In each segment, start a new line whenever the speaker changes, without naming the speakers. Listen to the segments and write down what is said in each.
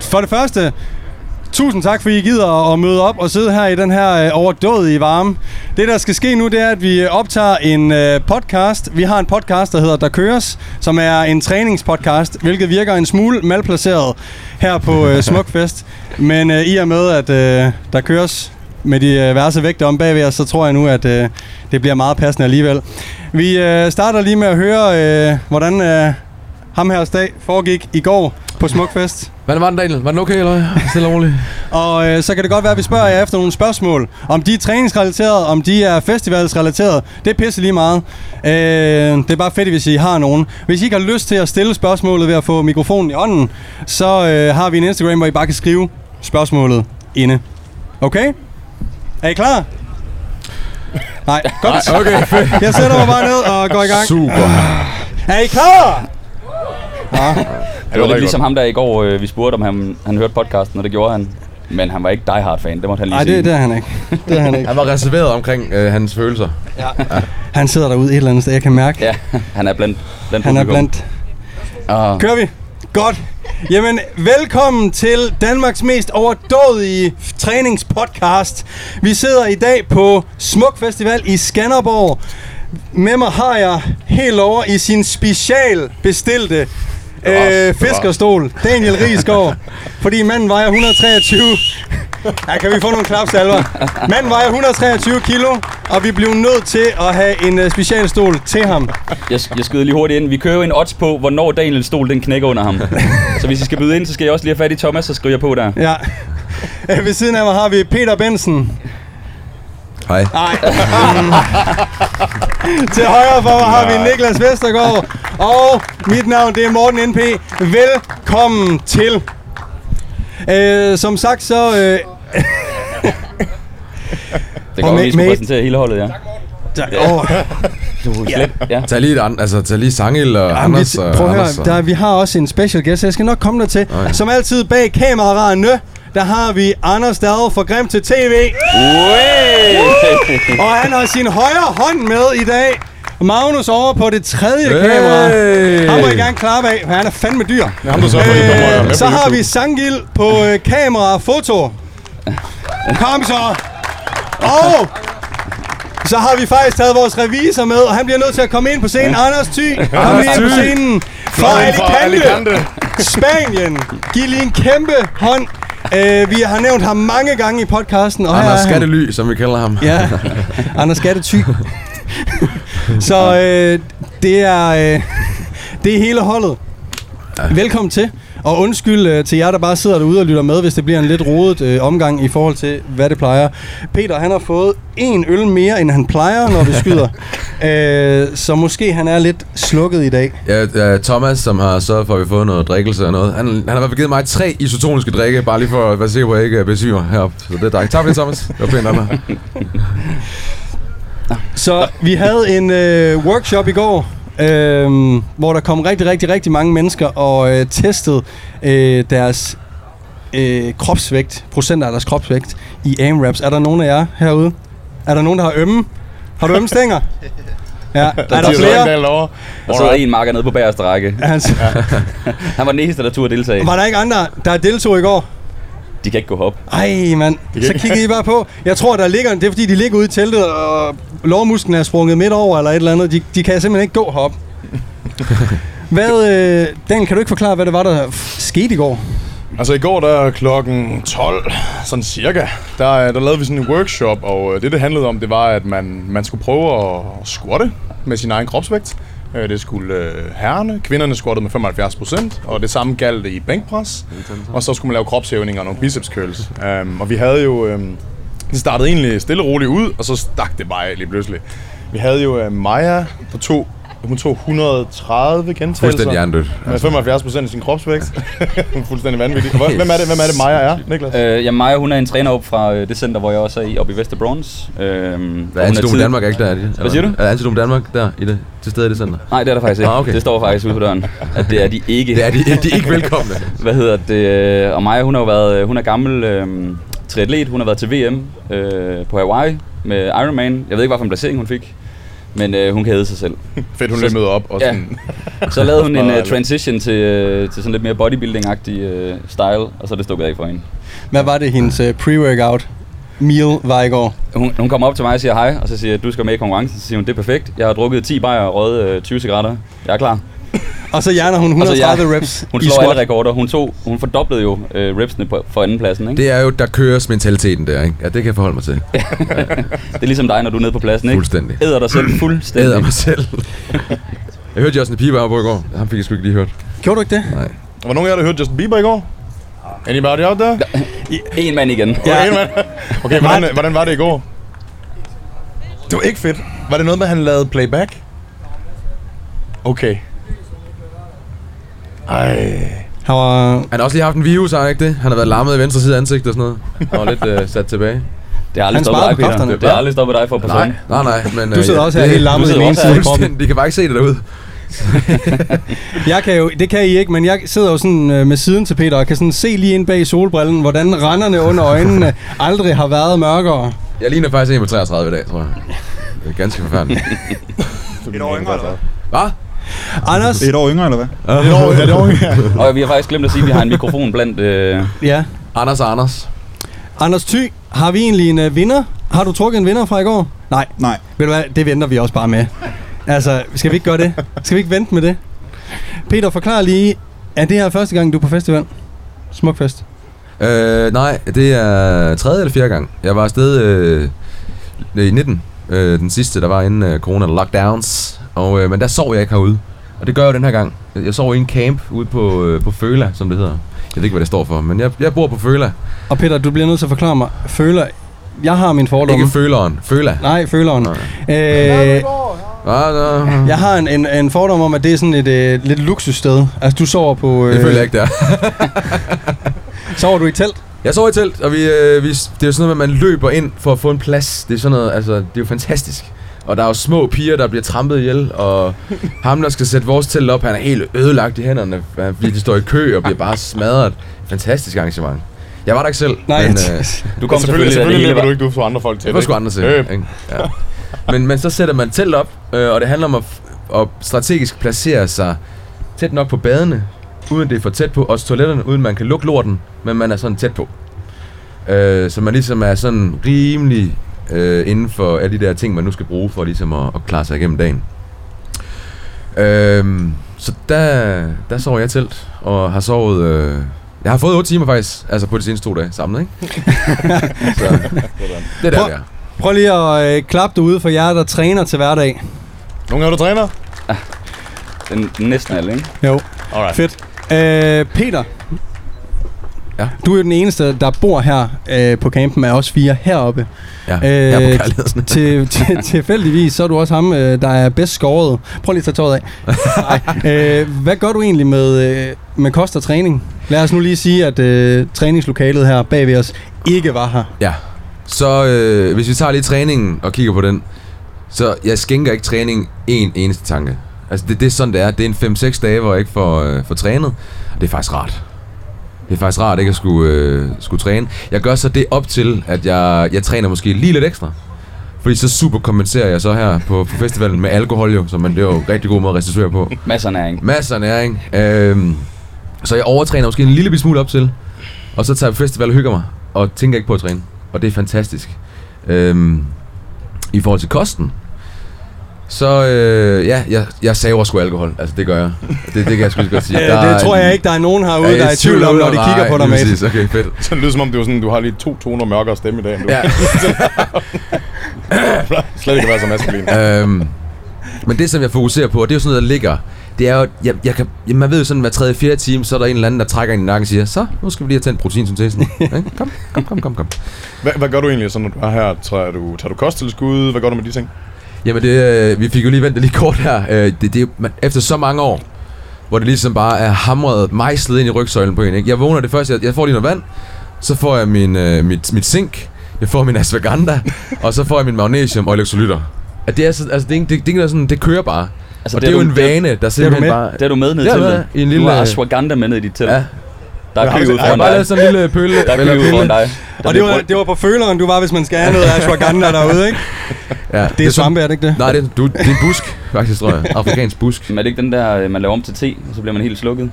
For det første, Tusind tak, fordi I gider at møde op og sidde her i den her øh, overdådige varme. Det, der skal ske nu, det er, at vi optager en øh, podcast. Vi har en podcast, der hedder Der Køres, som er en træningspodcast, hvilket virker en smule malplaceret her på øh, Smukfest. Men øh, i og med, at øh, Der Køres med de øh, værste vægte om bagved os, så tror jeg nu, at øh, det bliver meget passende alligevel. Vi øh, starter lige med at høre, øh, hvordan øh, ham her dag foregik i går på Smukfest.
Hvordan var den, Daniel? Var den okay, eller hvad? Stille og roligt.
Og øh, så kan det godt være, at vi spørger jer efter nogle spørgsmål. Om de er træningsrelaterede, om de er festivalsrelaterede. Det er pisse lige meget. Øh, det er bare fedt, hvis I har nogen. Hvis I ikke har lyst til at stille spørgsmålet ved at få mikrofonen i ånden, så øh, har vi en Instagram, hvor I bare kan skrive spørgsmålet inde. Okay? Er I klar? Nej, godt.
Ej, okay, fedt.
Jeg sætter mig bare ned og går i gang.
Super.
Er I klar?
Det var
rigtig
lidt ligesom ham der i går, øh, vi spurgte, om han, han hørte podcasten, og det gjorde han. Men han var ikke Die Hard-fan, det måtte han lige
Nej,
sige.
det, det er han ikke. Det er han ikke.
Han var reserveret omkring øh, hans følelser.
Han sidder derude et eller andet sted, jeg kan mærke.
Ja, han er blandt, blandt
Han er
publikum. Ah,
blandt
Og
Kører vi? Godt. Jamen, velkommen til Danmarks mest overdådige træningspodcast. Vi sidder i dag på Smuk Festival i Skanderborg. Med mig har jeg helt over i sin special bestilte øh, fiskerstol, Daniel Riesgaard. fordi manden vejer 123. Ja, kan vi få nogle klapsalver? Manden vejer 123 kilo, og vi blev nødt til at have en øh, specialstol til ham.
jeg, jeg skyder lige hurtigt ind. Vi kører jo en odds på, hvornår Daniels stol den knækker under ham. så hvis I skal byde ind, så skal jeg også lige have fat i Thomas, så skriver jeg på der.
Ja. Øh, Ved siden af mig har vi Peter Bensen.
Hej.
Nej. Til højre for mig har vi Niklas Vestergaard. Og mit navn, det er Morten NP. Velkommen til. Øh, som sagt, så... Øh,
Det går
med-
vi skulle
med-
præsentere hele holdet, ja.
der, åh,
ja.
Tag lige, et an, altså, tag lige Sangel og
jamen,
Anders.
vi,
og
prøv at
Anders øh.
høre,
og-
der, vi har også en special guest, jeg skal nok komme der til.
Ej.
Som altid bag kameraerne, der har vi Anders Dade fra Grim til TV. Og han har sin højre hånd med i dag. Magnus over på det tredje
Hey!
kamera. Han må I gerne klappe af, for han er fandme dyr.
Ham, der sørger for, at de kommer med
Øh,
på
så har
YouTube.
vi Sangil på øh, kamera og foto. Kom så. Og så har vi faktisk taget vores revisor med, og han bliver nødt til at komme ind på scenen. Anders Thy, kom lige ind på scenen. Fra
Fløjen fra
Alicante,
Alicante.
Spanien. Giv lige en kæmpe hånd. Øh, vi har nævnt ham mange gange i podcasten. Og her
Anders
er han.
Skattely, som vi kalder ham.
Ja, Anders Skattetyg. så øh, det er øh, det er hele holdet. Velkommen til. Og undskyld øh, til jer, der bare sidder derude og lytter med, hvis det bliver en lidt rodet øh, omgang i forhold til, hvad det plejer. Peter, han har fået en øl mere, end han plejer, når vi skyder. øh, så måske han er lidt slukket i dag.
Ja, øh, Thomas, som har sørget for, at vi får noget drikkelse og noget. Han, han har i hvert fald givet mig tre isotoniske drikke, bare lige for at være sikker på, at jeg ikke øh, besvimer heroppe. Så det er dejligt. Tak for det, Thomas. Det var pænt af dig.
Så vi havde en øh, workshop i går, øh, hvor der kom rigtig, rigtig, rigtig mange mennesker og øh, testede øh, deres øh, kropsvægt, procenter af deres kropsvægt i AMRAPs. Er der nogen af jer herude? Er der nogen, der har ømme? Har du ømme stænger? Ja, er der flere?
derovre.
Og så er der en marker nede på bagerste række.
Altså,
Han var den eneste, der turde deltage.
var der ikke andre, der deltog i går?
De kan ikke gå op.
Ej, mand. Så kiggede I bare på. Jeg tror, der ligger... Det er, fordi de ligger ude i teltet, og lårmusklen er sprunget midt over, eller et eller andet. De, de kan simpelthen ikke gå herop. Hvad, øh, Daniel, kan du ikke forklare, hvad det var, der f- skete i går?
Altså i går, der klokken 12, sådan cirka, der, øh, der lavede vi sådan en workshop, og øh, det, det handlede om, det var, at man, man skulle prøve at squatte med sin egen kropsvægt. Øh, Det skulle øh, herrerne, kvinderne squattede med 75%, og det samme galt i bænkpres. Og så skulle man lave kropshævninger og nogle biceps curls. Um, og vi havde jo... øhm, Det startede egentlig stille og roligt ud, og så stak det bare af lige pludselig. Vi havde jo øh, Maja, der tog, hun tog 130 gentagelser.
Fuldstændig hjernedødt.
Med 75 procent af sin kropsvægt. Fuldstændig vanvittigt. Hvor- Hvem er det, hvem er det Maja er, Niklas?
Øh, ja, Maja, hun er en træner op fra øh, det center, hvor jeg også er i, oppe i Vesterbronze. Øh,
Hvad er Antidom Danmark er ikke der? Er de? Hvad
siger du?
Er Antidom Danmark der i det, til stede i det center?
Nej, det er der faktisk ikke.
Ah, okay.
Det står faktisk ude på døren, at det er de ikke.
Det er de, ikke- de er ikke velkomne.
Hvad hedder det? Og Maja, hun har jo været, hun er gammel øh, triatlet. Hun har været til VM øh, på Hawaii med Ironman. Jeg ved ikke, hvilken placering hun fik. Men øh, hun kædede sig selv.
Fedt, hun
Så-
lige møder op. Og
ja.
sådan,
Så lavede hun en
Meget
uh,
ærligt.
transition til, uh, til sådan lidt mere bodybuilding-agtig uh, style, og så er det stukket af for hende.
Hvad var det, hendes øh, pre-workout meal var i går?
Hun, hun kommer op til mig og siger hej, og så siger jeg, du skal med i konkurrencen. Så siger hun, det er perfekt. Jeg har drukket 10 bajer og røget uh, 20 cigaretter. Jeg er klar.
Og så hjerner hun
Og så
130
jeg-
reps
Altså, Hun
i
slår
squat.
alle rekorder. Hun, tog, hun fordoblede jo uh, repsene på, for andenpladsen. Ikke? Det.
Det er jo, der køres mentaliteten der, ikke? Ja, det kan jeg forholde mig til.
det er ligesom dig, når du er nede på pladsen. Ikke?
Fuldstændig.
Æder dig selv
Jeg æder
fuldstændig.
mig selv. Jeg hørte Justin Bieber her på i går. Ham fik jeg sgu ikke lige hørt.
Gjorde du ikke det?
Nej.
var nogen af jer, der hørte Justin Bieber i går? Anybody out there?
En mand igen.
Okay, en mand. okay hvordan, hvordan var det i går? Det var ikke fedt. Var det noget med, at han lavede playback? Okay. Ej.
Han var...
Han har også lige haft en virus, har han ikke det? Han har været lammet i venstre side af ansigtet og sådan noget. Han var lidt øh, sat tilbage.
Det har aldrig
Han
stoppet
sparede på
dig, Peter.
kræfterne.
Det har aldrig stoppet dig for person.
Nej, nej, nej. Men, øh,
Du sidder
ja,
også
det-
her helt lammet i
sidder
den ene
også
side af kroppen.
Fuldstændig. De kan bare ikke se det derude.
Jeg kan jo, det kan I ikke, men jeg sidder jo sådan øh, med siden til Peter og kan sådan se lige ind bag solbrillen, hvordan renderne under øjnene aldrig har været mørkere.
Jeg ligner faktisk en på 33 i dag, tror jeg. Det er ganske forfærdeligt.
Et år yngre, eller hvad?
Hvad?
Anders,
Et år yngre, eller hvad?
Et år, et år, ja.
Og vi har faktisk glemt at sige, at vi har en mikrofon blandt... Øh,
ja.
Anders og Anders.
Anders Thy, har vi egentlig en øh, vinder? Har du trukket en vinder fra i går? Nej.
Nej.
Ved du hvad, det venter vi også bare med. Altså, skal vi ikke gøre det? Skal vi ikke vente med det? Peter, forklar lige, er det her første gang, du er på festival? Smukfest.
Øh, nej, det er tredje eller fjerde gang. Jeg var afsted øh, i 19, øh, den sidste, der var inden øh, corona lockdowns. Og, øh, men der sov jeg ikke herude. Og det gør jeg jo den her gang. Jeg sov i en camp ude på, øh, på Føla, som det hedder. Jeg ved ikke, hvad det står for, men jeg, jeg bor på Føla.
Og Peter, du bliver nødt til at forklare mig. Føler, jeg har min fordomme.
Ikke Føleren, Føla.
Nej, føleren.
Nå,
Øh,
Ah, nå.
jeg har en, en, en fordom om, at det er sådan et øh, lidt luksussted. Altså, du sover på... Øh,
Det føler jeg ikke, der.
Sover du i telt?
Jeg sov i telt, og vi, øh, vi, det er jo sådan noget, med, at man løber ind for at få en plads. Det er sådan noget, altså, det er jo fantastisk. Og der er jo små piger, der bliver trampet ihjel, og ham, der skal sætte vores telt op, han er helt ødelagt i hænderne, han- fordi de står i kø og bliver bare smadret. Fantastisk arrangement. Jeg var der ikke selv,
Nej,
men øh,
du
Kom,
kom
selvfølgelig,
selvfølgelig, da
selvfølgelig
det hele
løber
var...
du ikke ud for andre folk til
det var sgu andre til.
Øh,
Ikke? Ja. Men, men så sætter man telt op, øh, og det handler om at, f- at strategisk placere sig tæt nok på badene, uden det er for tæt på, og også toiletterne, uden man kan lukke lorten, men man er sådan tæt på. Øh, så man ligesom er sådan rimelig øh, inden for alle de der ting, man nu skal bruge for ligesom at, at klare sig igennem dagen. Øh, så der, der sover jeg i telt, og har sovet... Øh, jeg har fået 8 timer faktisk, altså på de seneste to dage samlet, ikke? så, det er der,
Prøv-
vi er.
Prøv lige at øh, klappe derude for jer, der træner til hverdag.
Øh, Nogen af jer, der træner?
Den, den næsten alle, ikke?
Jo,
Alright.
fedt. Øh, Peter.
Ja.
Du er jo den eneste, der bor her øh, på campen af os fire heroppe.
Ja, jeg er
Øh,
på kærligheden.
til, til, tilfældigvis, så er du også ham, øh, der er bedst skåret. Prøv lige at tage tøjet af. Ej, øh, hvad gør du egentlig med, øh, med kost og træning? Lad os nu lige sige, at øh, træningslokalet her bag ved os ikke var her.
Ja. Så øh, hvis vi tager lige træningen og kigger på den, så jeg skænker ikke træning en eneste tanke. Altså det, det er sådan, det er. Det er en 5-6 dage, hvor jeg ikke får, øh, får trænet. Og det er faktisk rart. Det er faktisk rart ikke at skulle, øh, skulle træne. Jeg gør så det op til, at jeg, jeg træner måske lige lidt ekstra. Fordi så super kompenserer jeg så her på, på festivalen med alkohol jo, så man, det er jo en rigtig god måde at restituere på.
Masser af næring.
Masser af næring. Øhm, så jeg overtræner måske en lille bitte smule op til. Og så tager jeg på festival og hygger mig. Og tænker ikke på at træne. Og det er fantastisk. Øhm, I forhold til kosten. Så øh, ja, jeg, jeg saver sgu alkohol. Altså det gør jeg. Det, det kan jeg sgu lige så godt sige.
Øh,
Der er
det tror jeg
en-
ikke, der er nogen herude,
Ja,
der er i tvivl om, når de
nej,
kigger på dig,
lige
mate.
præcis. Okay, fedt.
Så det lyder som om, det var sådan, du har lige to toner mørkere stemme i dag, end du
Ja.
slet ikke kan være så maskulin.
øhm, men det, som jeg fokuserer på, og det er jo sådan noget, der ligger, det er jo, jeg, jeg kan, jamen, man ved jo sådan, hver tredje, fjerde time, så er der en eller anden, der trækker en i nakken og siger, så, nu skal vi lige have tændt proteinsyntesen. Ikke? kom, kom, kom, kom, kom.
Hvad, hvad gør du egentlig, så når du er her? Tager du, tager du kosttilskud? Hvad gør du med de ting?
Ah, Jamen, det, øh, vi fik jo lige vendt det lige kort her. Øh, det, det, man, efter så mange år, hvor det ligesom bare er hamret, mejslet ind i rygsøjlen på en. Ikke? Jeg vågner det første, jeg, jeg får lige noget vand, så får jeg min, øh, mit, mit zink, jeg får min ashwagandha, og så får jeg min magnesium og elektrolytter. At det, er, så- altså, det, er ikke- det, det, det, sådan, det kører bare. Altså, og det, er jo en vane, der simpelthen
med.
bare...
Det er du med ned
Ja,
til
hvad?
det.
I en lille-
Du har ashwagandha med ned i dit telt.
Ja, altså,
Der er kø ud
jeg har
foran
bare
dig.
lavet sådan en lille pølle.
Der er kø ud foran dig.
Og
Der
det
bliver
var,
brugt-
det var på føleren, du var, hvis man skal have noget ashwagandha derude, ikke?
Ja.
Det er svampe, er det ikke det?
Nej, det er, du, det er en busk, faktisk, tror jeg. Afrikansk busk.
Men er det ikke den der, øh, man laver om til te, og så bliver man helt slukket?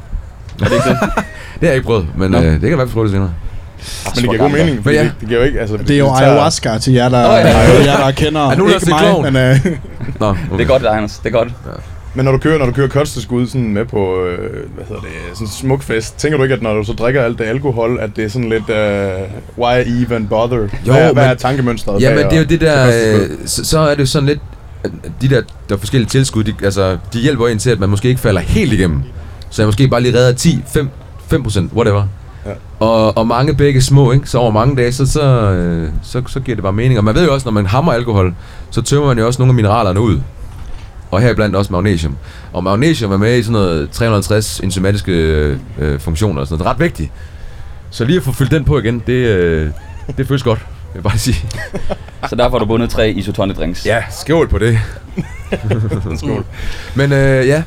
Er det ikke det?
Det har jeg ikke prøvet, men øh, det kan jeg i hvert fald prøve det senere.
Men det giver god mening, for
Men ja.
det, det giver jo ikke... Altså,
Det er jo ayahuasca til jer, der,
Nå, ja.
jer, der kender.
Er nogen af os,
ikke
der er
mig,
klovn?
men øh,
Nå, okay.
Det er godt, Anders. Det er godt.
Men når du kører, når du kører kosteskud sådan med på, øh, hvad hedder det, sådan en smuk fest, tænker du ikke, at når du så drikker alt det alkohol, at det er sådan lidt, øh, why even bother? Jo, hvad, hvad
men-
er tankemønstret?
Ja,
bag
men det er jo
at-
det der,
til kosttilskud?
øh, så, så er det jo sådan lidt, at de der, der er forskellige tilskud, de, altså, de hjælper en til, at man måske ikke falder helt igennem. Så jeg måske bare lige redder 10, 5, 5 procent, whatever. Ja. Og, og mange begge små, ikke? så over mange dage, så, så, øh, så, så giver det bare mening. Og man ved jo også, når man hammer alkohol, så tømmer man jo også nogle af mineralerne ud. Og heriblandt også magnesium. Og magnesium er med i sådan noget 350 enzymatiske øh, øh, funktioner og sådan noget. Det er ret vigtigt. Så lige at få fyldt den på igen, det, øh, det føles godt, vil jeg bare sige.
Så derfor har du bundet tre isotonic drinks.
Ja, skål på det. skål. Men øh, ja,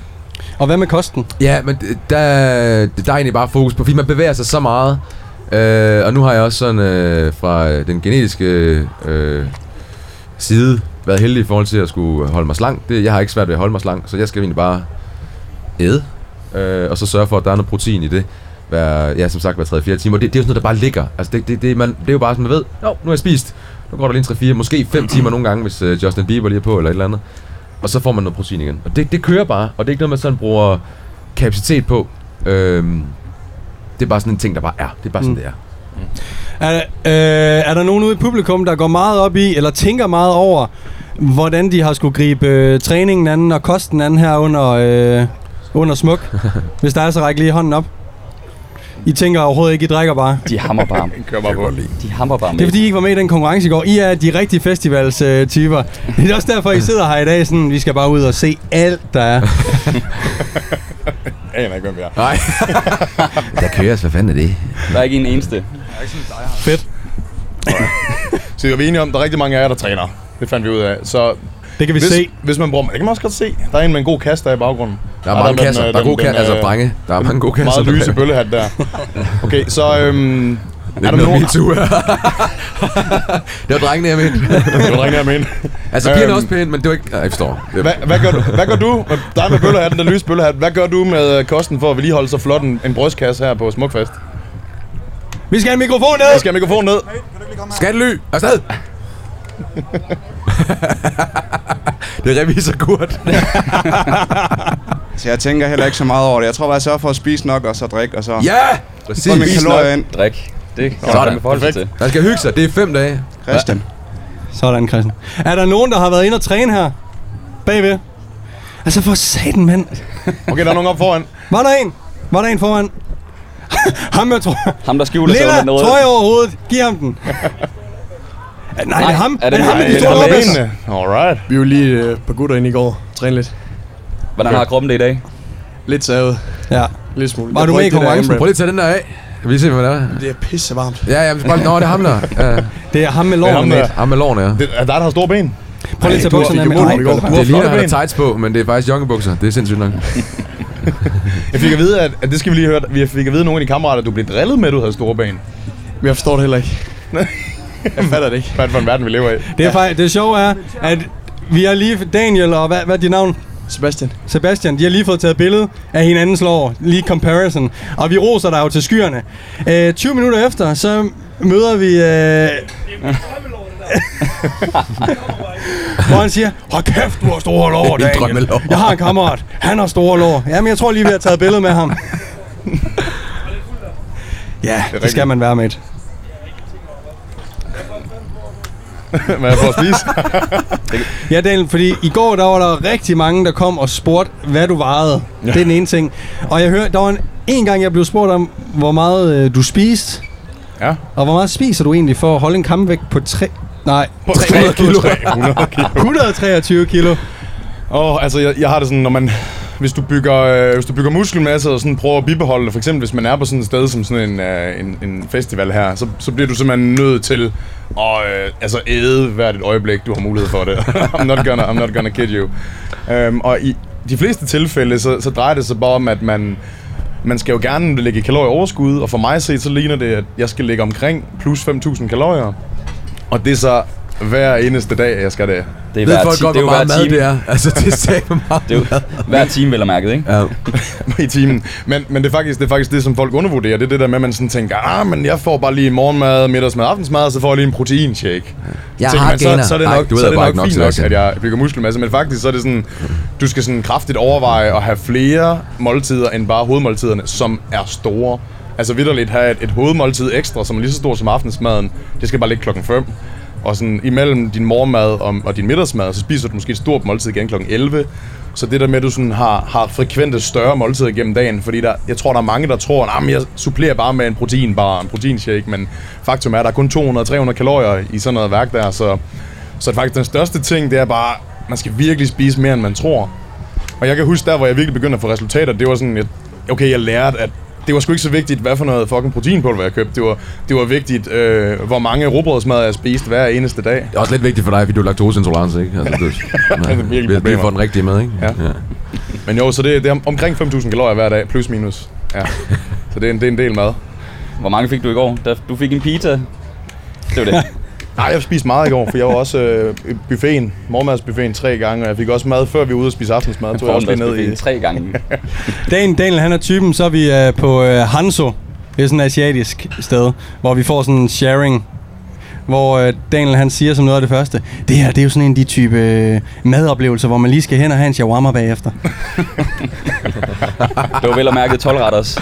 Og hvad med kosten?
ja, men d- der, der er egentlig bare fokus på, fordi man bevæger sig så meget. Øh, og nu har jeg også sådan øh, fra øh, den genetiske øh, side været heldig i forhold til at skulle holde mig slank. Det, jeg har ikke svært ved at holde mig slank, så jeg skal egentlig bare æde. Øh, og så sørge for, at der er noget protein i det. Hver, ja, som sagt, hver 3-4 timer. Det, det er jo sådan noget, der bare ligger. Altså, det, det, det, man, det er jo bare sådan, man ved, jo, nu har jeg spist. Nu går der lige 3-4, måske 5 timer nogle gange, hvis øh, Justin Bieber lige er på eller et eller andet. Og så får man noget protein igen. Og det, det kører bare, og det er ikke noget, man sådan bruger kapacitet på. Øhm, det er bare sådan en ting, der bare er. Det er bare sådan,
Mm.
det er.
Er, øh, er der nogen ude i publikum, der går meget op i, eller tænker meget over, hvordan de har skulle gribe øh, træningen anden og kosten anden her under, øh, under smuk? Hvis der er så række lige hånden op. I tænker overhovedet ikke, I drikker bare.
De hammer bare.
Kør bare på.
De hammer bare med.
Det er fordi, I ikke var med i den konkurrence i går. I er de rigtige festivalstyper. Øh, typer. det er også derfor, I sidder her i dag sådan, vi skal bare ud og se alt, der er.
øh,
Jeg aner ikke, hvem vi er.
Nej. der køres, hvad fanden er det?
Der er ikke en eneste.
Fedt.
Så vi er enige om, at der er rigtig mange af jer, der træner. Det fandt vi ud af. Så
Det kan vi
hvis,
se.
hvis man bruger... Det kan man også godt se. Der er en med en god kasse der i baggrunden.
Der
Ah,
er mange
den,
kasser.
øh,
Der er
den-
gode
den,
kasser. Altså,
øh,
drenge. Der er mange gode kasser.
Meget lyse bøllehat der. Okay, så... Øhm, er
Det er
der
noget
nogen-
MeToo. det var drengene, jeg mente.
Det var drengene, jeg mente.
Altså, pigerne er
Øhm.
også pæne, men det var ikke... Nej, jeg forstår. Det-
Hvad, hvad, gør du, hvad gør du? Dig med bøllehatten, den lyse bøllehat. Hvad gør du med øh, kosten for at vedligeholde så flot en, en brystkasse her på Smukfest?
Vi skal have en mikrofon
Jeg
ned!
skal have mikrofonen ned.
Skattely! Afsted! det er revisor Kurt.
Så jeg tænker heller ikke så meget over det. Jeg tror bare, jeg sørger for at spise nok, og så drikke, og så
ja!
få mine
Præcis.
kalorier ind.
Drik. Det kan man
Sådan.
fandme forholde sig til.
Man skal hygge sig. Det er fem dage.
Christian.
Sådan, Christian. Er der nogen, der har været inde og træne her? Bagved? Altså for satan, mand.
Okay, der er nogen op foran.
Var der en? Var der en foran? ham med trøje.
Ham, der skjuler sig
Lilla,
under noget.
trøje over hovedet. Giv ham den. Ah, Nej, det er ham. Er det, er det ham med de
Det
store
er
lopper?
alene. Alright.
Vi var lige øh, et par gutter inde i går. Træne lidt.
Hvordan har kroppen det i dag?
Lidt savet.
Ja.
Lidt smule.
Var
Jeg
du
bruger
med i
ikke det der
konkurrencen?
M-rap.
Prøv lige at tage den der af. Vi ser, hvad der er.
Det er pisse varmt.
Ja, ja, men bare... Nå, det er ham der. Ja,
Det er ham med
ham,
lårene,
der-
mate.
ham Ah, med lårene, ja.
Det er dig, der har store ben.
Prøv lige at tage
du har
bukserne af med
fik imod
dig.
ham i går.
Det ligner,
flotte
han har
ben.
tights på, men det er faktisk joggebukser. Det er sindssygt nok.
Jeg fik at vide, at, at det skal vi lige høre. Vi fik at vide af nogle af de kammerater, at du blev drillet med, at du havde store ben.
Men jeg forstår det heller ikke. jeg fatter det ikke.
Hvad er det for en verden, vi lever i?
Det, er faktisk, det sjove er, at vi har lige... Daniel og hvad, hvad er dit navn?
Sebastian.
Sebastian, de har lige fået taget billede af hinandens lår. Lige comparison. Og vi roser dig jo til skyerne. Øh, 20 minutter efter, så møder vi... Øh, hvor han siger, hold kæft, du har store lår,
Min
Daniel.
drømmelår."
Jeg har en kammerat, han har store lår. Jamen, jeg tror lige, vi har taget billede med ham. ja, det, det
rigtigt.
skal man være med et.
Hvad er jeg for at spise?
Ja, Daniel, fordi i går, der var der rigtig mange, der kom og spurgte, hvad du vejede. Ja. Det er den ene ting. Og jeg hørte, der var en, en gang, jeg blev spurgt om, hvor meget øh, du spiste.
Ja.
Og hvor meget spiser du egentlig for at holde en kampvægt på 3... Nej,
300 kilo. 300 kilo.
123 kilo.
Åh, oh, altså jeg, jeg har det sådan, når man... Hvis du bygger, øh, hvis du bygger muskelmasse og sådan prøver at bibeholde det, for eksempel hvis man er på sådan et sted som sådan en, øh, en, en festival her, så, så bliver du simpelthen nødt til at øh, altså æde hvert et øjeblik, du har mulighed for det. I'm, not gonna, I'm not gonna kid you. Um, og i de fleste tilfælde, så, så drejer det sig bare om, at man, man skal jo gerne lægge i kalorieoverskud, og for mig set, så ligner det, at jeg skal lægge omkring plus 5.000 kalorier. Og det er så hver eneste dag, jeg skal det.
Det er
Ved
hver
folk
ti-
godt,
det er
hvor
jo
meget
hver
mad
time.
det er? Altså, det er samme meget
Det er jo hver time, vel og mærket, ikke?
Ja.
i timen. Men, men det, er faktisk, det er faktisk det, som folk undervurderer. Det er det der med, at man sådan tænker, ah, men jeg får bare lige morgenmad, middagsmad, aftensmad, og så får jeg lige en proteinshake.
Jeg
Tænker
har
man, så,
gener.
så er det
Nej,
nok,
du
så
ved
er det
bare
nok
ikke nok
fint
til
nok,
at sige.
at jeg bygger muskelmasse, men faktisk så er det sådan, du skal sådan kraftigt overveje at have flere måltider end bare hovedmåltiderne, som er store. Altså vidderligt have et, et hovedmåltid ekstra, som er lige så stort som aftensmaden, det skal bare ligge klokken 5. Og sådan imellem din morgenmad og, og din middagsmad, så spiser du måske et stort måltid igen klokken 11. Så det der med, at du sådan har, har frekvente større måltider gennem dagen, fordi der, jeg tror, der er mange, der tror, at jeg supplerer bare med en proteinbar og en proteinshake, men faktum er, at der er kun 200-300 kalorier i sådan noget værk der, så så faktisk den største ting, det er bare, man skal virkelig spise mere, end man tror. Og jeg kan huske der, hvor jeg virkelig begyndte at få resultater, det var sådan, at okay, jeg lærte, at det var sgu ikke så vigtigt, hvad for noget fucking proteinpulver jeg købte. Det var, det var vigtigt, øh, hvor mange råbrødsmad jeg spiste hver eneste dag.
Det er også lidt vigtigt for dig, fordi du har laktoseintolerance, ikke? Altså, du,
er virkelig
ja, vi, vi
problemer.
får den rigtige med, ikke?
Ja. Men jo, så det, det er om- omkring 5.000 kalorier hver dag, plus minus. Ja. Så det er, en, det er en del mad.
Hvor mange fik du i går? Der, du fik en pizza. Det var det.
Nej, jeg spiste meget i går, for jeg var også øh, i buffeten, morgenmadsbuffeten tre gange, og jeg fik også mad, før vi var ude og spise aftensmad. Tog jeg også lige ned i.
Tre gange.
Dan, Daniel, han er typen, så er vi øh, på øh, Hanso. Det er sådan et asiatisk sted, hvor vi får sådan en sharing. Hvor øh, Daniel, han siger som noget af det første, det her, det er jo sådan en af de type øh, madoplevelser, hvor man lige skal hen og have en shawarma bagefter.
Det var vel og mærket 12 retters.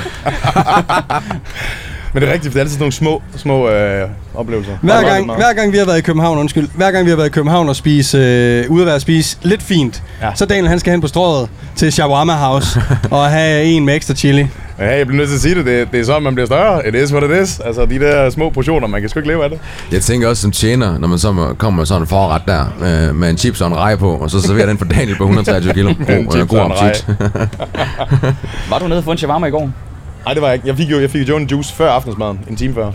Men det er rigtigt, for det er altid sådan nogle små, små øh, oplevelser.
Hver gang, hver gang vi har været i København, undskyld, hver gang vi har været i København og spise, øh, ude at være at spise lidt fint, ja.
Ja.
så Daniel, han skal hen på strøget til shawarma house og have en med ekstra chili.
Ja, jeg bliver nødt til at sige det. det. Det er sådan, man bliver større. It is what it is. Altså, de der små portioner, man kan sgu ikke leve af det.
Jeg tænker også som tjener, når man så må- kommer med sådan en forret der, øh, med en chips og en rej på, og så serverer den for Daniel på 123 kilo. God,
en
øh,
chips
god
og en
appetit.
Var du nede og få en shawarma i går?
Nej, det var jeg ikke. Jeg fik jo, jeg fik jo en juice før aftensmaden, en time før.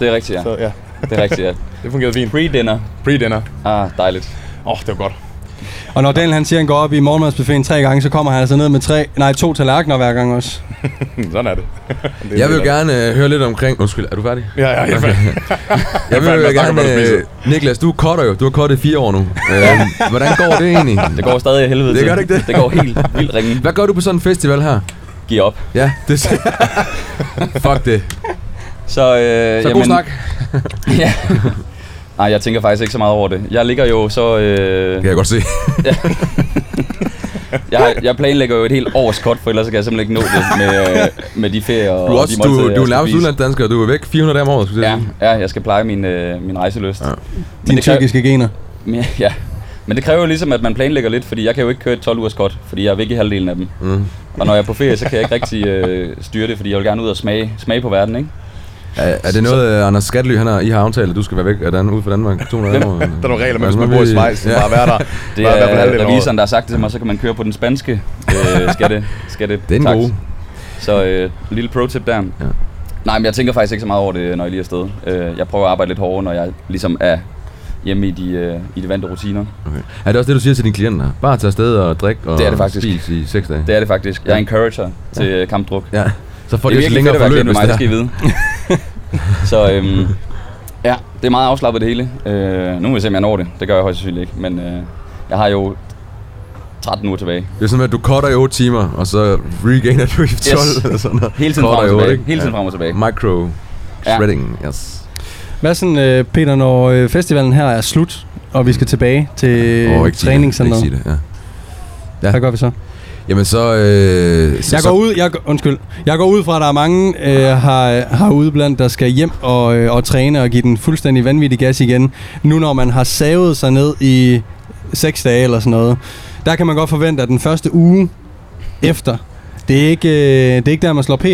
Det er rigtigt, ja.
Så ja,
Det er rigtigt, ja.
det fungerede fint.
Pre-dinner.
Pre-dinner.
Ah, dejligt.
Åh, oh, det var godt.
Og når Daniel, han siger, han går op i morgenmadsbuffeten tre gange, så kommer han altså ned med tre, nej, to tallerkener hver gang også.
Hm, sådan er det. det er
Jeg vil
lækkert.
gerne øh, høre lidt omkring... Undskyld, er du færdig?
Ja, ja, jeg okay.
Jeg vil
fandme
jo
også snakke om,
gerne...
hvad du
Øh, Niklas, du er cutter jo. Du har cuttet i fire år nu. Øh, hvordan går det egentlig?
Det går stadig af helvede
Det
til.
gør det ikke det?
Det går helt vildt ringe.
Hvad gør du på sådan en festival her?
Giv op.
Ja, det Fuck det.
Så, øh,
Så god snak.
ja. Nej, jeg tænker faktisk ikke så meget over det. Jeg ligger jo så... Øh,
Det kan jeg godt se.
jeg, har- jeg planlægger jo et helt års cut, for ellers kan jeg simpelthen ikke nå det med, øh, med de ferier
Du
og
er, også,
de
du,
måltider,
du
jeg
er
skal
nærmest
spise.
udlandsdansker, og du er væk 400 dage om året, skulle jeg
Ja,
sige.
ja, jeg skal pleje min, øh, min rejseløst. Ja.
Dine tyrkiske gener.
Men, ja. Men det kræver jo ligesom, at man planlægger lidt, fordi jeg kan jo ikke køre et 12 ugers cut, fordi jeg er væk i halvdelen af dem.
Mm.
Og når jeg er på ferie, så kan jeg ikke rigtig øh, styre det, fordi jeg vil gerne ud og smage, smage på verden, ikke?
Er, er det noget, øh, Anders Skattely, han har, I har aftalt, at du skal være væk af Dan, ude fra Danmark 200 år?
Der er nogle regler
Altså,
med, hvis man
nu
bor
vi-
i Schweiz, så
Ja.
bare være der.
Det
Bare i hvert fald halvdelen af
er
året.
reviseren, der har sagt det til mig, så kan man køre på den spanske øh, skatte, skatte
Det er en
tax.
god.
Så øh, en lille pro-tip der.
Ja.
Ja. Nej, men jeg tænker faktisk ikke så meget over det, når jeg lige er afsted. Øh, jeg prøver at arbejde lidt hårdere, når jeg ligesom er hjemme i de, øh, i de vante rutiner.
Okay. Er det også det, du siger til dine klienter? Bare tage afsted og drikke og
Det er det faktisk.
spise i 6 dage?
Det er det faktisk. Jeg er encourager til øh, kampdruk.
Ja. Så får
det
de
er
også
virkelig fedt
længere
at være
forløb,
klient med
hvis
mig, det skal
det er.
I vide. så øhm, ja, det er meget afslappet det hele. Øh, nu må vi se, om jeg når det. Det gør jeg højst sandsynligt ikke, men øh, jeg har jo 13 uger tilbage.
Det er sådan, at du cutter i 8 timer, og så regainer du i 12 yes. eller sådan noget.
Hele tiden
Cutter
frem og
i otte,
tilbage.
ikke?
Hele tiden frem og tilbage.
Micro
Ja.
shredding, yes.
Hvad sådan, øh, Peter, når øh, festivalen her er slut, og vi skal tilbage til
Åh,
oh,
ikke sige
træning
det.
sådan
Ikke sige
noget,
det, ja.
hvad gør vi så?
Jamen så... Øh, så
Jeg går ud, jeg, undskyld, jeg går ud fra, at der er mange øh, har, har ude blandt, der skal hjem og, øh, og træne og give den fuldstændig vanvittig gas igen. Nu når man har savet sig ned i 6 dage eller sådan noget, der kan man godt forvente, at den første uge efter, det er ikke, øh, det er ikke der, man slår PR.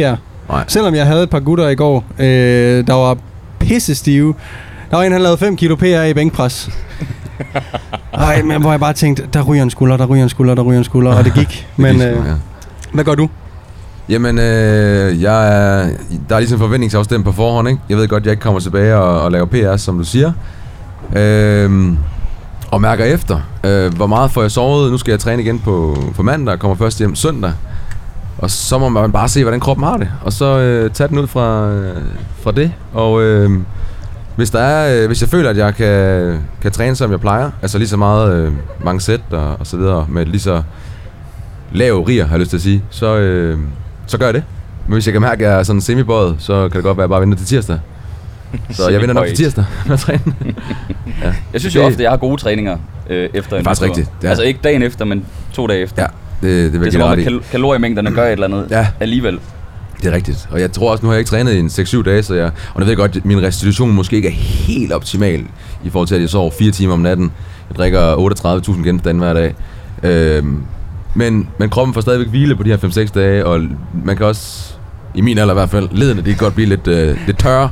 Nej.
Selvom jeg havde et par gutter i går, øh, der var pissestive. Der var en, han lavede 5 kilo PR i bænkpres. Ej, men hvor jeg bare tænkte, der ryger en skulder, der ryger en skulder, der ryger en skulder, og det gik.
Det
Men
gik sgu,
øh,
ja.
hvad gør du?
Jamen, øh, jeg er, der er ligesom forventningsafstemt på forhånd, ikke? Jeg ved godt, jeg ikke kommer tilbage og, og laver PR, som du siger. Øhm, og mærker efter. Øh, hvor meget får jeg sovet? Nu skal jeg træne igen på, på mandag, og kommer først hjem søndag. Og så må man bare se, hvordan kroppen har det. Og så øh, tage den ud fra, øh, fra det. Og øh, Hvis, der er, øh, hvis jeg føler, at jeg kan, kan træne, som jeg plejer, altså lige så meget øh, mange sæt og, og så videre, med lige så lav rier, har jeg lyst til at sige, så, øh, så gør jeg det. Men hvis jeg kan mærke, at jeg er sådan semibøjet, så kan det godt være, at jeg bare venter til tirsdag. Så jeg venter nok til tirsdag med at træne. ja.
Jeg synes jo
Det-
ofte, at jeg har gode træninger øh, efter en
Faktisk
tur.
rigtigt, det er-
Altså ikke dagen efter, men to dage efter.
ja, det, det vil
det er
jeg
som
give
om,
ret
at
i.
kal- kaloriemængderne gør et eller andet
Ja.
alligevel.
Det er rigtigt. Og jeg tror også, nu har jeg ikke trænet i en 6-7 dage, så jeg, og nu ved jeg godt, at min restitution måske ikke er helt optimal i forhold til, at jeg sover 4 timer om natten. Jeg drikker 38.000 genstande hver dag. Øhm, men, men kroppen får stadigvæk hvile på de her 5-6 dage, og man kan også, i min alder i hvert fald, lederne de kan godt blive lidt, øh, lidt tørre.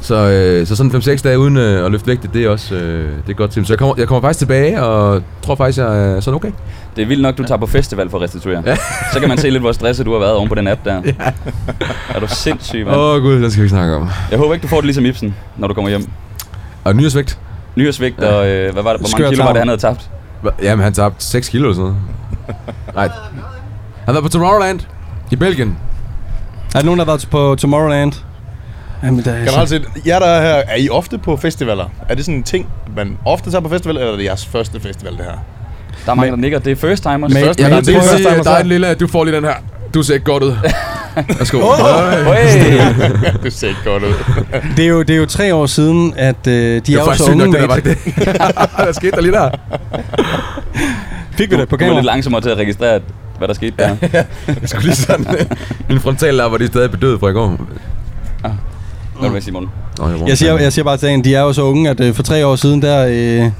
Så, øh, så sådan 5-6 dage uden øh, at løfte vægte, det er også øh, det er godt til. Så jeg kommer, jeg kommer faktisk tilbage, og tror faktisk, jeg er sådan okay.
Det er vildt nok, du tager på festival for at restituere. Ja. Så kan man se lidt, hvor stresset du har været oven på den app der. Ja. Er du sindssyg, mand?
Åh oh, gud, den skal vi ikke snakke om.
Jeg håber ikke, du får det ligesom Ibsen, når du kommer hjem.
Og nyhedsvægt.
Nyhedsvægt ja. og øh, hvad var det, hvor
Skør
mange kilo var
tarm.
det, han havde tabt?
Hva- Jamen, han tabte 6 kilo eller sådan noget. Nej. Han var på Tomorrowland i Belgien.
Er der nogen, der har været på Tomorrowland? Jamen, der er
Generelt set, jer der er her, er I ofte på festivaler? Er det sådan en ting, man ofte tager på festival, eller er det jeres første festival, det her?
Der er mange, der nikker. Det er first timers.
Men-
Første,
Jeg vil
jeg der er en del
prøve at
første
sige,
timer,
at
så er
lille, du får lige den her. Du ser ikke godt ud. Værsgo.
Hey.
det- det ser ikke godt ud.
Det er, jo, det er jo tre år siden, at øh, de er
Det
jo
var faktisk
så
sygt
unge,
nok, det der
mate.
var det. Hvad skete der lige der?
Fik vi det på
Du er lidt
kamera?
langsommere til at registrere, at- hvad der skete der.
Jeg skulle lige sådan. øh, Min frontallapper, de er stadig bedøvet fra i går.
Hvad med Simon?
Nå, jeg,
Jeg siger, jeg siger bare til en, de er jo så unge, at øh, for tre år siden, der, øh, der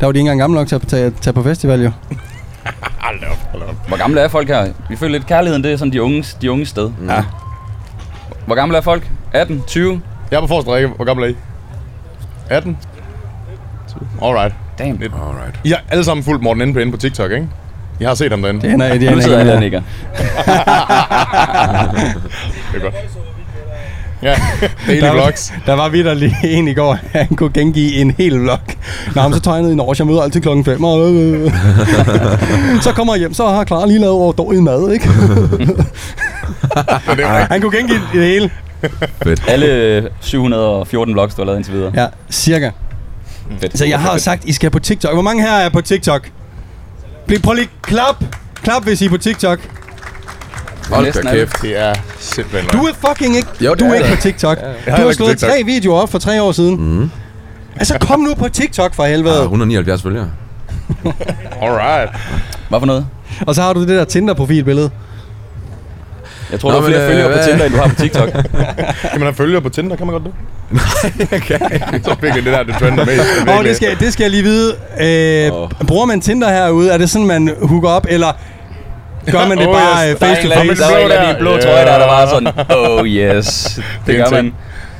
var de ikke engang gamle nok til at tage, tage på festival, jo.
Hold da op, hold da op.
Hvor gamle er folk her? Vi føler lidt kærligheden, det er sådan de unges, de unges sted.
Ja.
Hvor gamle er folk? 18? 20?
Jeg er på forreste række. Hvor gammel er I? 18? Alright.
Damn.
Lidt.
Alright.
I har alle sammen fulgt Morten inde på, inde på TikTok, ikke? I har set ham derinde.
Det ender, det
Nu
ender
sidder
ikke
alle
med.
og nikker.
Det er godt. Ja, daily
Der var,
vlogs.
der var vidderlig en i går, han kunne gengive en hel vlog. Når han så tegnede en års, jeg møder altid klokken 5. Og, øh, øh. så kommer jeg hjem, så har Clara lige lavet overdårlig mad, ikke?
Men det var
Han kunne gengive det hele.
Fedt.
Alle øh, 714 vlogs, du har lavet indtil videre.
Ja, cirka.
Fedt.
Så jeg har jo sagt, I skal på TikTok. Hvor mange her er på TikTok? Bliv- Prøv lige klap. Klap, hvis I er på TikTok.
Hold
Næsten
da
alle.
kæft.
Det er simpelthen
Du
løgn.
er fucking ikke,
Jo,
jo,
det
du
er
er ikke
jeg.
på TikTok.
er
Du har
ikke på
slået
TikTok.
tre videoer op for tre år siden. Mm. Altså, kom nu på TikTok for helvede.
Ah, 179 følgere.
Alright.
Hvad for noget?
Og så har du det der Tinder-profilbillede.
Jeg tror,
Nå,
du har
men,
flere
øh,
følgere på
hvad-
Tinder, end du har på TikTok.
Kan man have følgere på Tinder? Kan man godt det? Nej, okay. Så er det virkelig det der, det trender mest. Det er
Åh,
virkelig-
det skal, det skal jeg lige vide. Øh,
Åh.
Bruger man Tinder herude? Er det sådan, man hooker op, eller gør man det
Oh,
bare
yes.
øh,
Der er
face
en
to
eller anden,
face?
der var en
blå
eller anden i
der.
blå trøje, der, der var
Ja.
sådan, oh yes. Det
Det er
gør man.
en ting.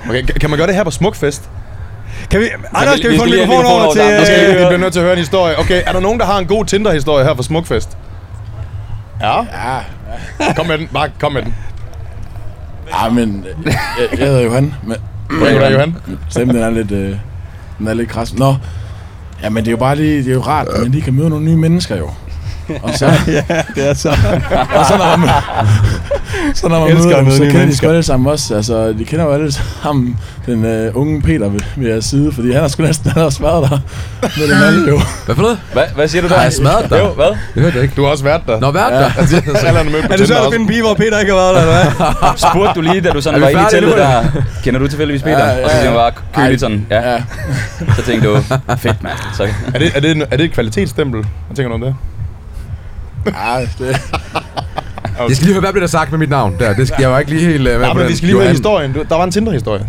Okay, kan- kan man gøre det her på Smukfest?
Kan vi, Anders, skal vi
vi
få en
skal lige have
mikrofon
en
over
mikrofon over,
Jeg
Anders.
til...
skal,
øh,
I bliver nødt til at høre en historie. Okay, er der nogen, der har en god Tinder-historie her fra Smukfest? Ja. ja. Kom med den, Mark, kom med den.
Ja, men øh, jeg, jeg hedder Johan. Men
Hvordan er Johan?
stemmen den er lidt, øh, den er lidt kras. Nå, ja, men det er jo bare lige, det er jo rart, at man lige kan møde nogle nye mennesker jo. Og så,
Det er så.
og så når man, så når man
Elsker
møder
at
dem,
møde
så
nye
kender de
mennesker.
sgu alle sammen også. Altså, de kender jo alle sammen den øh, unge Peter ved, ved jeres side, fordi han har sgu næsten han har også været der med den anden jo.
Hvad for noget?
Hvad, hvad siger du der?
Har jeg smadret dig?
Jo, hvad?
Det hørte jeg ikke.
Du har også været der.
Nå, Altså, hvad er det?
Alle er mødt på
Er det
Tinder
svært at
også.
finde en pige, hvor Peter ikke har været der, eller hvad?
Spurgte du lige, da du sådan
Er vi
var inde i
færdige nu,
teltet der, kender du tilfældigvis Peter?
Ja, ja,
Og så
ja.
tænkte jeg bare køligt sådan, ja.
Ja,
Så tænkte du, fedt mand. Så,
Er det, er, det, er det et kvalitetsstempel? Hvad tænker du om det?
ja Ah, det,
Jeg skal lige høre, hvad blev der sagt med mit navn der? Det skal, jeg var ikke lige helt øh, med på
Ja, men
den.
vi skal lige høre
Johan.
historien. Du- Der var en Tinder-historie.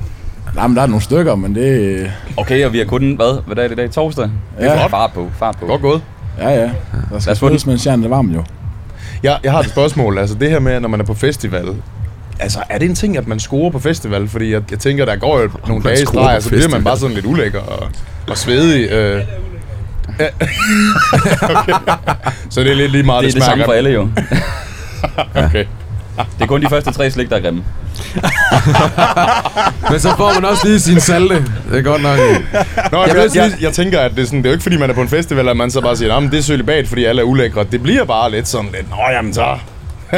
nej, men der er nogle stykker, men det... øh,
okay, og vi har kun, hvad, hvad dag er det i dag? Torsdag?
Ja,
Fart på, fart på.
Godt gået.
ja, ja. Der
Lad
skal
os få den.
spilles, mens jernet er varm jo.
Jeg, jeg har et spørgsmål. Altså det her med, når man er på festival. Altså, er det en ting, at man scorer på festival? Fordi jeg, jeg tænker, der går jo nogle dage i
scorer
streg,
på
og så bliver man
festival.
bare sådan lidt ulækker og, og svedig. Øh. Ja. okay. Så det er lidt lige meget,
Det er det
smager
samme for
godt.
alle jo.
Okay.
Det er kun de første tre slik, der er grimme.
Men så får man også lige sin salte. Det er godt nok. øh,
Nå,
Jeg
jeg,
vil
jeg,
også
jeg,
lige-
jeg, tænker, at det er, sådan, det er jo ikke, fordi man er på en festival, at man så bare siger, at det er sølibat, fordi alle er ulækre. Det bliver bare lidt sådan lidt, nå jamen så.
Så,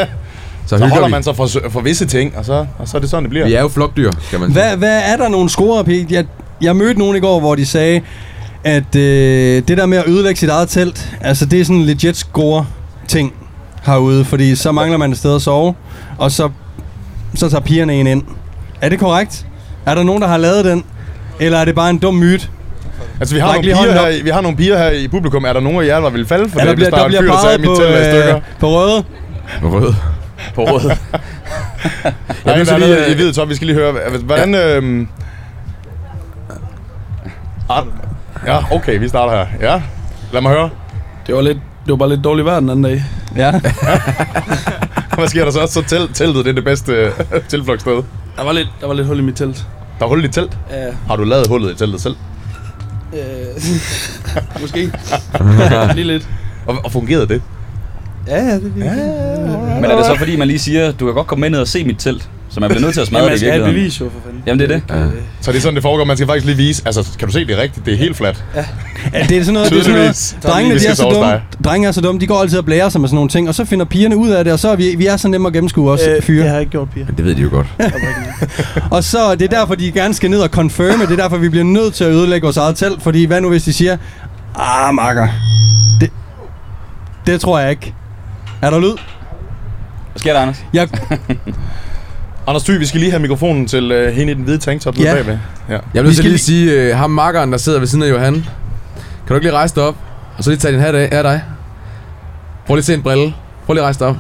Så
hygger
holder
vi.
man sig for, for visse ting, og så, og så er det sådan, det bliver.
Vi er jo flokdyr, kan man sige.
Hvad, hvad er der nogle scorer, Pete? Jeg, jeg mødte nogen i går, hvor de sagde, at øh, det der med at ødelægge sit eget telt, altså det er sådan en legit score-ting herude, fordi så mangler man et sted at sove, og så, så tager pigerne en ind. Er det korrekt? Er der nogen, der har lavet den? Eller er det bare en dum myte?
Altså, vi har,
Ræk
nogle
lige
piger,
hånden
her,
op.
i- vi har nogle piger her i publikum. Er der nogen af jer, der vil falde for
Ja,
det,
der
hvis
bliver,
der er
der bliver
en fyr, der sagde,
peget
mit
på,
telt er i stykker?
øh, på røde.
Rød.
på rådet.
Ja,
nu
det er
skal
lige,
vi, øh,
i hvid top. Vi skal lige høre, hva- hvordan... Ja. Øhm,
Ah.
Ar- ja, okay, vi starter her. Ja, lad mig høre.
Det var, lidt, det var bare lidt dårligt vejr den anden dag.
Ja.
Hvad sker der så? Så telt, teltet, det er det bedste øh, tilflugtssted.
Der var lidt, der var lidt hul i mit telt.
Der er hul i telt.
Ja,
Har du lavet hullet i teltet selv?
øh, måske. lige lidt.
Og, og fungerede det?
Ja, ja, det er
Men er det så fordi, man lige siger, du kan godt komme med ned og se mit telt, så man bliver nødt til at smadre
Jamen, jeg
det i
skal have et
virkeligheden?
bevis jo, for fanden.
Jamen, det er det.
Ja.
Så det er sådan, det foregår. Man skal faktisk lige vise. Altså, kan du se det er rigtigt? Det er helt fladt.
Ja, det er sådan noget, det er sådan
Tydeligvis.
noget. Drengene,
Vi
de
skal
er så
sove hos
dumme. Drengene er så dumme, de går altid og blærer sig med sådan nogle ting, og så finder pigerne ud af det, og så er vi, vi er så nemme at gennemskue os øh, fyre.
Jeg har ikke gjort, piger.
Men det ved de jo godt.
Og så det er derfor, de gerne skal ned og confirme. Det er derfor, vi bliver nødt til at ødelægge vores eget telt. Fordi hvad nu, hvis de siger, ah, makker, det, det tror jeg ikke. Er der lyd?
Hvad sker der, Anders?
Jeg,
Anders Thy, vi skal lige have mikrofonen til øh, hende i den hvide tanktop nede
Ja.
bagved. Ja.
Jeg vil
Vi
så
skal
lige
lige-
sige, øh, ham makkeren, der sidder ved siden af Johan. Kan du ikke lige rejse dig op? Og så lige tage din hat af, af dig. Prøv lige at se en brille. Prøv lige at rejse dig op.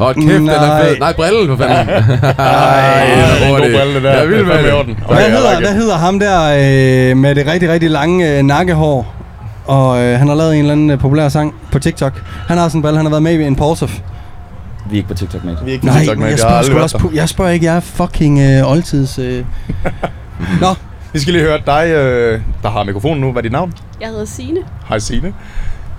Åh, kæft, den er
Nej.
fed. Nej, brille, for fanden.
Ej, det er en god
hurtigt.
brille, det der.
Jeg er vild med
fandme i
det.
orden. Okay,
hvad,
jeg
hedder,
liker
hvad
det.
hedder ham der øh, med det rigtig, rigtig lange øh, nakkehår? Og øh, han har lavet en eller anden øh, populær sang på TikTok. Han har sådan en balle, han har været med i en Porsche.
Vi er ikke på TikTok, mate.
Vi er ikke på
Nej,
TikTok,
men
mate.
jeg spørger,
har aldrig
sgu
været
også,
der.
pu- jeg spørger ikke, jeg er fucking øh, oldtids... Øh. Nå,
Vi skal lige høre dig, øh, der har mikrofonen nu. Hvad er dit navn?
Jeg hedder Signe.
Hej Signe.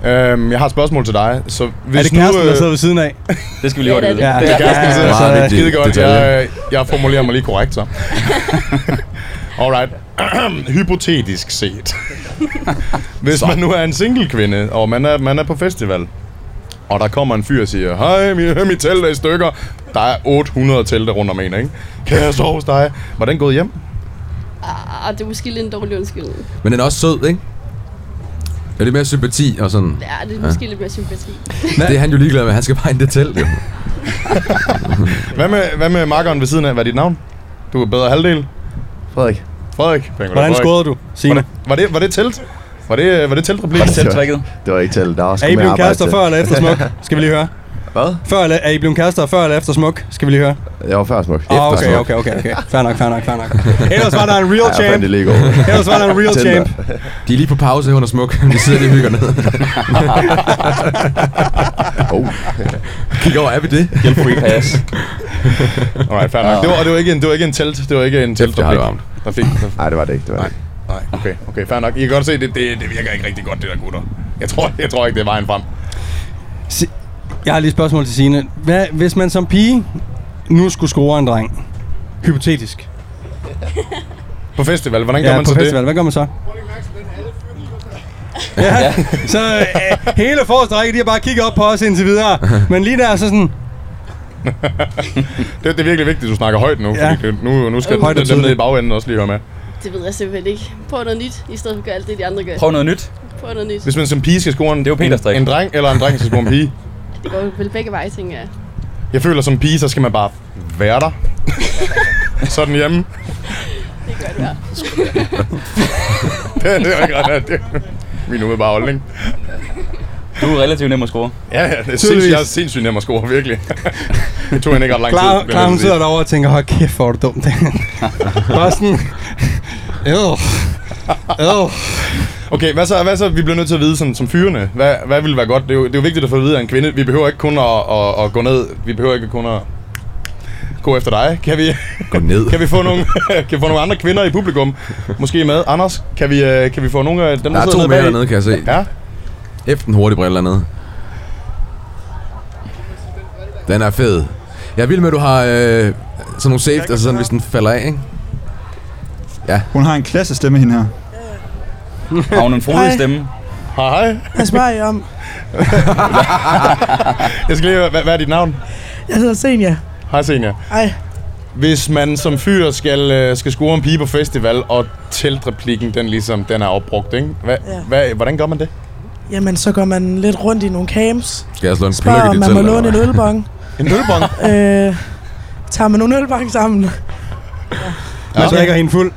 Øhm, jeg har et spørgsmål til dig. Så hvis
er det kæresten,
nu, øh,
der sidder ved siden af?
Det skal vi
Ja,
lige hurtigt
det
vide.
er
Det er kæresten, der sidder.
Ja,
Ja, det er
meget
skide godt.
detalje.
Jeg, øh, jeg formulerer mig lige korrekt, så. Alright. Hypotetisk set. Hvis man nu er en single kvinde, og man er, man er på festival, og der kommer en fyr og siger, hej, mit, mit telt er i stykker. Der er 800 telte rundt om en, ikke? Kan jeg sove hos dig? Hvordan gået hjem?
Ah, det er måske lidt en dårlig undskyldning.
Men den er også sød, ikke? Er det mere sympati og sådan?
Ja, det er måske lidt mere sympati.
Det er han jo ligeglad med. Han skal bare ind i det telt, jo.
Hvad med, hvad med makkeren ved siden af? Hvad er dit navn? Du er bedre halvdel.
Frederik.
Frederik.
Hvordan
Frederik.
scorede du, Signe?
Var det, var det, var det telt? Var det, øh, var det teltreplikken?
Det er tricket.
Det var ikke talt. Der var sgu
Er I
mere
blevet
arbejde
kærester
til.
før eller efter smuk? Skal vi lige høre.
Hvad?
Før eller, er I blevet kærester før eller efter smuk? Skal vi lige høre.
Jeg var før smuk.
Ah, okay, okay, okay, okay. Fair nok, fair nok, fair nok. Ellers var der en real
Jeg
champ.
fandt det lige i går.
Ellers var der en real
Tinder.
champ.
De er lige på pause, hun er smuk. De sidder lige og hygger ned.
Oh.
Kig over, er vi det?
Helt free pass.
Alright, fair nok. Det var, og det var ikke en, det var ikke en telt. Det var ikke en telt.
det har du varmt.
Der fik, der,
Nej, det var det ikke. Det var det. ikke.
nej, okay, okay, fair nok. I kan godt se, det, det, det virker ikke rigtig godt, det der gutter. Jeg tror, jeg tror ikke, det er vejen frem.
Si- Jeg har lige et spørgsmål til Signe. Hvad, hvis man som pige nu skulle score en dreng? Hypotetisk.
På festival, hvordan gør
Ja,
man
på
så
festival. Hvad gør man så? Ja, så øh, hele forårsdrækket, de har bare kigget op på os indtil videre. Men lige der, så sådan,
det? det? Det er virkelig vigtigt, at du snakker højt nu,
Ja.
ja. fordi det- nu, nu skal
Højt og
Højt dem nede i
tydeligt.
bagenden også lige høre med.
Det ved jeg simpelthen ikke. Prøv noget nyt, i stedet for at gøre alt det, de andre gør.
Prøv noget nyt.
Prøv noget nyt.
Hvis man som pige skal score en,
Det er jo Peters
en,
trick.
en dreng, eller en dreng skal score en pige.
Det går vel begge veje, tænker jeg.
Jeg føler, som pige, så skal man bare være der. Sådan hjemme.
Det gør du her.
Det, det er ikke ret. Det er min umiddelbare holdning.
Du er relativt nem at score.
Ja, ja, det er sindssygt, jeg er sindssygt nem at score, virkelig. det tog hende ikke ret lang
Klar,
tid.
klar hun sidder derovre og tænker, hold kæft, hvor er du dum, det Bare sådan, øh, øh.
Okay, hvad så, hvad så, vi bliver nødt til at vide sådan, som fyrene? Hvad, hvad ville være godt? Det er, jo, det er jo vigtigt at få at vide af en kvinde. Vi behøver ikke kun at, at, at gå ned. Vi behøver ikke kun at gå efter dig. Kan vi,
Gå ned.
kan vi få nogle, kan vi få nogle andre kvinder i publikum? Måske med. Anders, kan vi, øh, kan vi få nogle af dem,
Der
der,
er
sidder
to
nede
mere
bag?
dernede, kan jeg se.
Ja,
Efter den hurtige brille dernede. Den er fed. Jeg er vild med, at du har øh, sådan nogle safety, altså sådan, hvis den falder af, ikke?
Hun har en klasse stemme, hende her.
Har hun en frodig
Hej.
stemme?
Hej.
Hvad spørger I om?
Jeg skal lige høre, hvad, hvad er dit navn?
Jeg hedder Senja.
Hej Senja.
Ej,
Hvis man som fyr skal, øh, skal score en pige på festival, og teltreplikken, den ligesom, den er opbrugt, ikke? Hva,
Ja.
ja. hvad, hvordan gør man det?
jamen så går man lidt rundt i nogle camps.
Skal jeg slå en pløk
Spørger,
i
om
dit
man må
telt?
låne en
eller hvad?
ølbong.
En ølbong?
øh, tager man nogle ølbong sammen.
Man drikker hende fuld.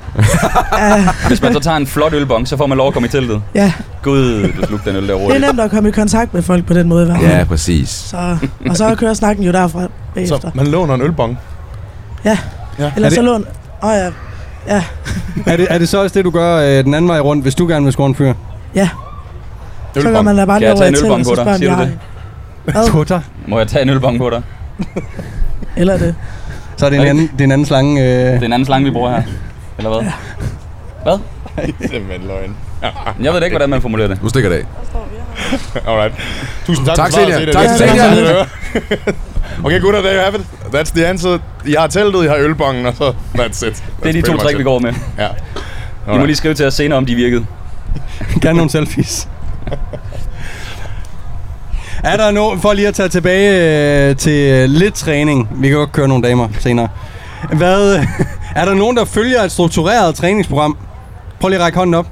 Hvis man så tager en flot ølbong, så får man lov at komme i teltet.
Ja,
Gud, du slugte den øl der
det
roligt.
er nemt at komme i kontakt med folk på den måde. Hva?
Ja, præcis.
Så, og så kører snakken jo derfra bagefter.
Så man låner en ølbong.
Eller
Er det-
så lån... Åh oh, ja. Ja,
Er det, er det så også det, du gør øh, den anden vej rundt, hvis du gerne vil score en fyr?
ja. Så går
Ølbong.
man da bare
Kan jeg
lige
tage
over
en
i teltet,
ølbong
og
på dig?
så spørger man,
Siger
jeg
du det?
har en. Hvad?
På dig.
Må jeg tage en ølbong på dig?
Eller det.
Så er det en
Okay.
anden, det er en anden slange. Øh.
Det er en anden slange, vi bruger her. Eller hvad? Hvad?
Simpelthen løgn.
Jeg ved da ikke, hvordan man formulerer det.
Nu stikker det af.
Alright. Tusind tak,
Tak,
for svaret,
Celia.
Celia.
Tak,
Det er
Celia.
sådan, det hører. okay, gutter, there you have it. That's the answer. I har teltet, I har ølbongen, og så that's it.
Det er de to trick, vi går med.
Ja.
I må lige skrive til os senere, om de virkede.
Gerne nogle selfies. Er der nogen, for lige at tage tilbage øh, til lidt træning, vi kan godt køre nogle damer senere. Hvad, er der nogen, der følger et struktureret træningsprogram? Prøv lige at række hånden op.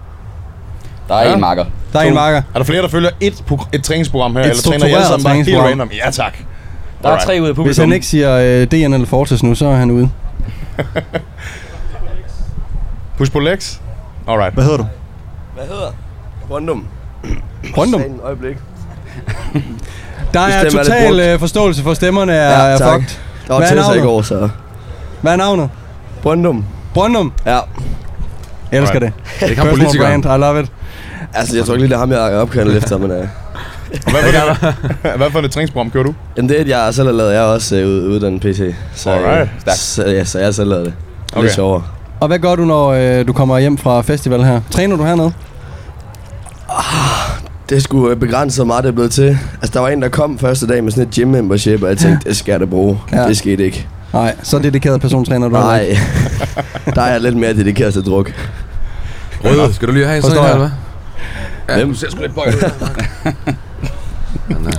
Der er
Ja.
ja. en marker.
Der er en marker.
Er der flere, der følger et, pro- et træningsprogram her,
Et
eller træner I alle sammen
struktureret
bare helt
træningsprogram.
random? Ja, tak.
Der er
Alright.
tre ud af publikum.
Hvis han ikke siger øh, DN eller Fortis nu, så er han ude.
Push på legs. Alright.
Hvad hedder du?
Hvad hedder? Rundum.
Rundum.
Sagen, øjeblik.
Der
Hvis
er
stemmer er lidt
total
brugt.
øh, forståelse for, at stemmerne er, ja, er
tak.
fucked.
Der var
Hvad er
Tessa i
navnet?
går, så...
Hvad er navnet?
Rundum.
Brøndum.
Ja.
Jeg elsker
Alright.
det.
Det kan
Personal
politikeren.
brand, I love it.
Altså, jeg tror ikke lige, det er ham, jeg er opkaldt efter, men... Øh,
Og Hvad for, det, hvad for et træningsprogram kører du?
jamen, det er et, jeg selv har lavet. Jeg er også øh, ud- uddannet PT. Så,
Alright.
Øh, så, ja, så jeg har selv lavet det. Det er okay.
Okay.
lidt sjovere.
Og hvad gør du, når øh, du kommer hjem fra festival her? Træner du hernede?
Det skulle øh, begrænse så meget, det er blevet til. Altså, der var en, der kom første dag med sådan et gym membership, og jeg tænkte, det skal jeg da bruge.
Ja.
Ja. Det skete ikke.
Nej, så dedikeret persontræner du er
Nej.
ikke.
der er jeg lidt mere dedikeret til druk.
Røde, skal du lige have en sådan
Forstår jeg.
her, eller hvad? Ja,
Hvem?
du ser sgu lidt bøjet ud.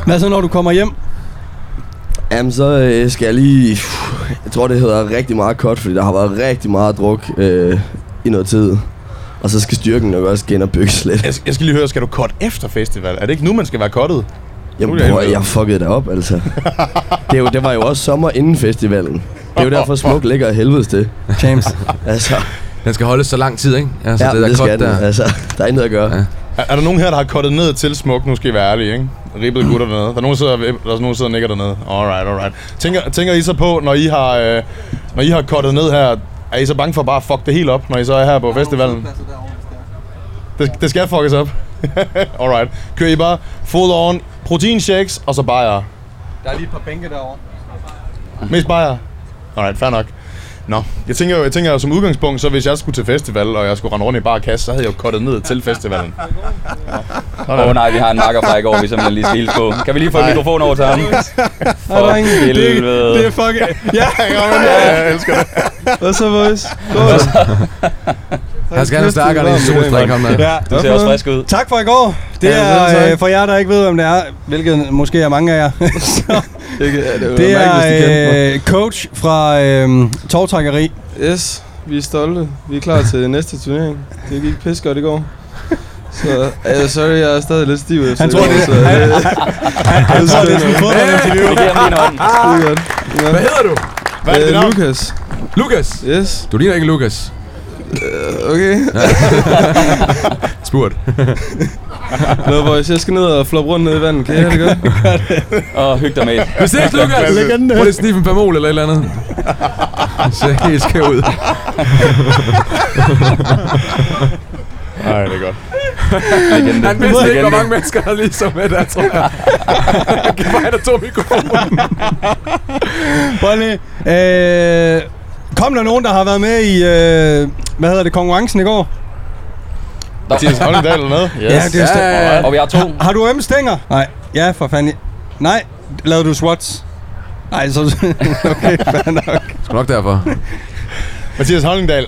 Hvad så, når du kommer hjem?
Jamen, så øh, skal jeg lige... Jeg tror, det hedder rigtig meget kort, fordi der har været rigtig meget druk øh, i noget tid. Og så skal styrken nok også genopbygges lidt.
Jeg, jeg skal lige høre, skal du cut efter festival? Er det ikke nu, man skal være cuttet?
Jamen,
Nu er det
bror,
helvede.
jeg fuckede det op, altså. Det, er jo, det var jo også sommer inden festivalen. Det er jo derfor, smuk ligger af helvedes det.
James.
Altså,
Den skal holdes så lang tid, ikke? Altså,
ja,
det der
skal
kort
den.
der.
Altså, der er intet at gøre.
Ja.
Ja.
Er, er der nogen her, der har cuttet ned til smuk? Nu skal I være ærlige, ikke? Ribbet gutter dernede. Der er nogen, der sidder, der er nogen, der sidder og nikker dernede. Alright, alright. Tænker, tænker I så på, når I har, øh, når I har cuttet ned her, er I så bange for bare at fuck det helt op, når I så er her på festivalen? Det, det skal fuckes op. alright. Kører I bare full on protein shakes, og så bajer?
Der er lige et par bænke derovre.
Mest bajer? Alright, fair nok. Nå, jeg tænker jo, jeg tænker jo som udgangspunkt, så hvis jeg skulle til festival, og jeg skulle rende rundt i bare kasse, så havde jeg jo cuttet ned til festivalen.
Åh oh, nej, vi har en marker fra i går, vi simpelthen lige skal hilse på. Kan vi lige få en mikrofon over til ham?
Er der ingen?
For
Det,
helvede.
det er fucking... Ja,
ja, jeg elsker det.
Hvad så, boys?
Han skal have en stærkere, det er en solstræk, ham der.
ja.
Du ser også frisk ud.
Tak for i går. Det
Ja,
er
selv tak.
øh, for jer, der ikke ved, hvem det er, hvilket måske er mange af jer. så,
Det, er- det,
det
er mærkeligt, hvis de kendte mig.
er øh, coach fra øh, Torvtrækkeri.
øh,
Yes, vi er stolte. Vi er klar til næste turnering. Det gik pis godt i går. Så, uh, sorry, jeg er stadig lidt stiv efter
Han tror,
i går,
det-
så, øh,
han-
det,
Han tror, det er sådan en
Vi
fodboldinterview.
giver ham lige en hånd.
er godt. Ja.
Hvad hedder du?
Hvad er
Øh,
det, navn?
Lukas.
Lukas!
Yes.
Du ligner ikke Lukas.
Øh, Okay.
Spurgt.
Nå, boys, jeg skal ned og floppe rundt ned i vandet.
Øh,
Kan I have det godt?
Og hyg dig med. et.
Vi ses, Lukas! Prøv lige at sniffe en Pamol eller et eller andet. Det ser helt skæv ud.
Nej, det er godt.
Legende.
Han vidste ikke, hvor
Legende.
mange mennesker der lige så med der, tror jeg. Han kan bare have der to mikrofoner.
Prøv lige. Øh, kom der nogen, der har været med i, øh, hvad hedder det, konkurrencen i går?
Mathias Hollingdal er med. Yes.
Ja, det er
Ja, ja, ja.
Og vi har to.
Har du ømme stænger? Nej. Ja, for fanden. Nej. Lavede du swats? Nej, så... okay, fair nok.
Sgu nok derfor.
Mathias Hollingdal,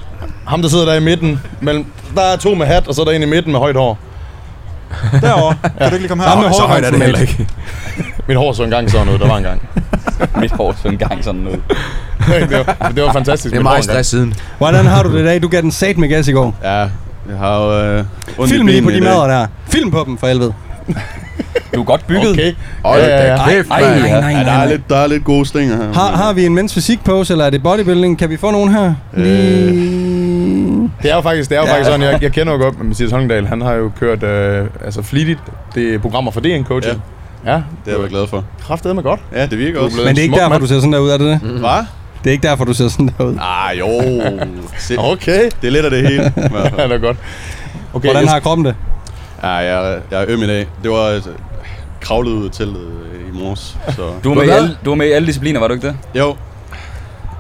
ham der sidder der i midten, mellem, der er to med hat, og så er der en i midten med højt hår. Derovre. Kan du ikke lige komme herover? Så højt er det heller ikke.
Mit hår så engang sådan noget, der var engang. Mit hår så engang sådan noget.
det, var, det var fantastisk.
Det er
mit
meget
år engang.
stress siden.
Hvordan har du det i dag? Du gav den sat med gas i går.
Ja, jeg har jo øh, ondt i
Film lige på
benene
de
i dag.
mader der. Film på dem for helvede.
Du er godt bygget.
Okay.
Hold da kæft,
Ej,
mand.
nej, nej, nej,
Ja, der, er
nej.
lidt, der er lidt gode stænger her.
Har, har vi en mens fysik pose, eller er det bodybuilding? Kan vi få nogen her?
Øh,
Lige...
Det er jo faktisk, det er jo faktisk sådan, jeg, jeg kender jo godt Mathias Holmdal. Han har jo kørt øh, altså flittigt det er programmer for DN Coaching. Ja, ja
Det er jeg glad for.
kraftedeme godt.
Ja, det virker også.
blevet-
Men det er ikke
smuk
derfor,
mand.
du ser sådan der ud, er det
Mm.
det?
Hva?
Det er ikke derfor, du ser sådan der ud.
Ah, jo. Se,
Okay.
det er lidt af det hele. i hvert fald.
Ja, det er godt. Okay,
Hvordan
jeg-
har kroppen det?
Ja,
Ah,
jeg, jeg er øm i dag. Det var
øh,
altså, kravlet ud af teltet øh, i morges. Så.
Du var, med i alle, du var med i alle discipliner, var du ikke det?
Jo.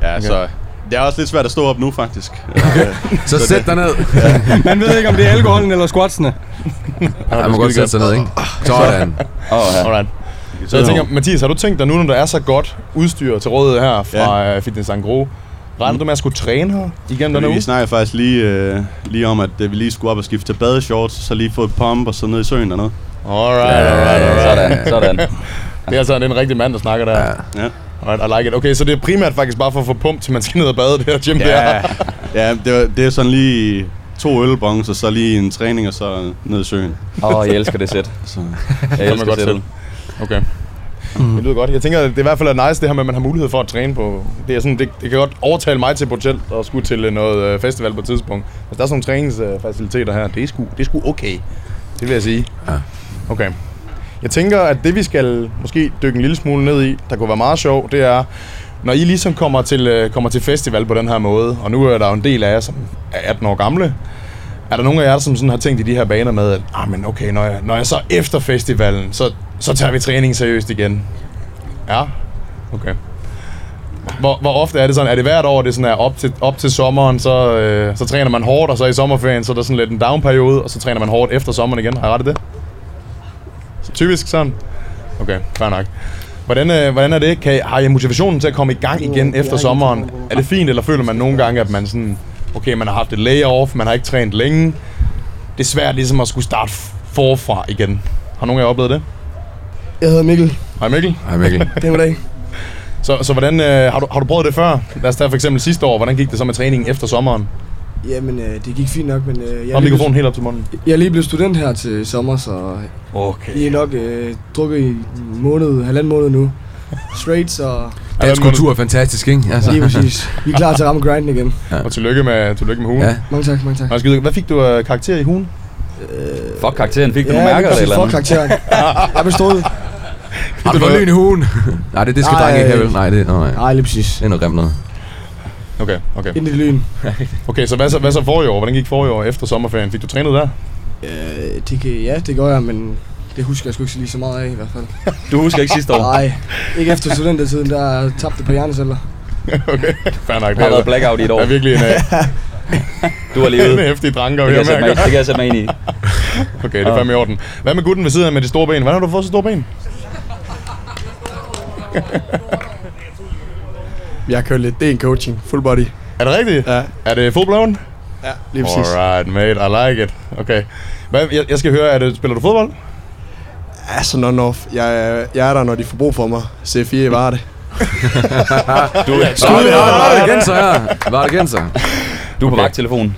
Ja, okay. så... Det er også lidt svært at stå op nu, faktisk.
Så sæt dig ned.
Man ved ikke, om det er alkoholen eller squatsene.
Ja, man må godt sætte sig ned, ikke? Sådan.
Åh, ja.
Alright. Så jeg tænker, Mathias, har du tænkt dig nu, når der er så godt udstyr til rådighed her fra ja. Fitness Angro, regner du med at skulle træne her igennem den her
Vi
uge?
snakker faktisk lige, øh, lige om, at øh, vi lige skulle op og skifte til badeshorts, så lige få et pump og så ned i søen dernede.
Alright, alright,
Sådan,
alright.
sådan.
Det er altså en rigtig mand, der snakker der.
Ja.
Alright, I like it. Okay, så det er primært faktisk bare for at få pump, til man skal ned og bade det her gym yeah. der.
ja det,
Øh,
var, det er sådan lige to ølbongs, og så lige en træning, og så ned i søen.
Åh, oh, jeg elsker det sæt. Jeg
kan man
elsker
godt
sættet.
selv. Okay. Mm. Det lyder godt. Jeg tænker, det er i hvert fald er nice, det her med, at man har mulighed for at træne på. Det, er sådan, det, det kan godt overtale mig til potentielt at skulle til øh, noget øh, festival på et tidspunkt. Hvis der er sådan nogle træningsfaciliteter her, det er, sgu, det er sgu okay. Det vil jeg sige.
Ja.
Okay. Jeg tænker, at det vi skal måske dykke en lille smule ned i, der kunne være meget sjovt, det er, når I ligesom kommer til, øh, kommer til festival på den her måde, og nu er der jo en del af jer, som er 18 år gamle, er der nogen af jer, som sådan har tænkt i de her baner med, at ah, men okay, når jeg, når jeg så er efter festivalen, så, så tager vi træning seriøst igen? Ja? Okay. Hvor, hvor ofte er det sådan? Er det hvert år, det sådan er op til, op til sommeren, så, øh, så træner man hårdt, og så i sommerferien, så er der sådan lidt en down-periode, og så træner man hårdt efter sommeren igen? Har jeg ret i det? Så typisk sådan? Okay, fair nok. Hvordan, øh, hvordan er det? Kan, har I motivationen til at komme i gang igen efter sommeren? Er det fint, eller føler man nogle gange, at man sådan... Okay, man har haft et layoff, man har ikke trænet længe. Det er svært ligesom at skulle starte forfra igen. Har nogen af jer oplevet det?
Jeg hedder Mikkel.
Hej Mikkel.
Hej Mikkel.
Det er goddag.
Så, så hvordan, øh, har, du, har du prøvet det før? Lad os tage for eksempel sidste år. Hvordan gik det så med træningen efter sommeren?
Jamen, øh, det gik fint nok, men øh, jeg,
Hold mikrofonen helt op til munden.
jeg er lige blevet student her til sommer, så
Okay.
I er nok øh, drukket i en måned, halvanden måned nu. Straight, så
Dansk kultur er fantastisk, ikke? Altså.
lige præcis. Vi er klar til at ramme grinden igen.
Og tillykke med, tillykke med hugen.
Ja.
Ja.
Mange tak, mange tak.
Hvad fik du øh, karakter i hugen?
Fuck karakteren, fik du nogle mærker
lige
eller
præcis.
eller
Fuck
andet?
karakteren. Jeg bestod.
Har du fået lyn i hugen? Nej, det, det skal
Nej.
drenge ikke have, vel? Nej, det, nej.
Nej, lige præcis.
det er noget grimt noget.
Okay, okay.
Ind i lyn.
Okay, så hvad så, hvad så forrige år? Hvordan gik forrige år efter sommerferien? Fik du trænet der?
Øh, det kan, ja, det gør jeg, men det husker jeg sgu ikke lige så meget af i hvert fald.
Du husker ikke sidste år.
Nej, ikke efter studentertiden, der tabte det på hjerneceller.
okay, fair nok.
Der har været blackout i et år.
Det er altså- virkelig en, øh,
Du har levet.
en hæftig dranker,
Det
vi
kan, jeg
har
sætte mig,
mærket.
det kan jeg sætte mig ind i.
Okay, det er fandme i orden. Hvad med gutten ved siden af med de store ben? Hvordan har du fået så store ben?
Jeg har kørt lidt. Det er en coaching. Full body.
Er det rigtigt?
Ja.
Er det full blown?
Ja, lige præcis.
Alright, mate. I like it. Okay. Hvad, jeg, jeg skal høre, er det, spiller du fodbold?
Altså, non-off. Jeg, er- jeg er der, når de får brug for mig. C4 var det.
Du,
Var det genser her? Var det genser?
du er på vagttelefonen.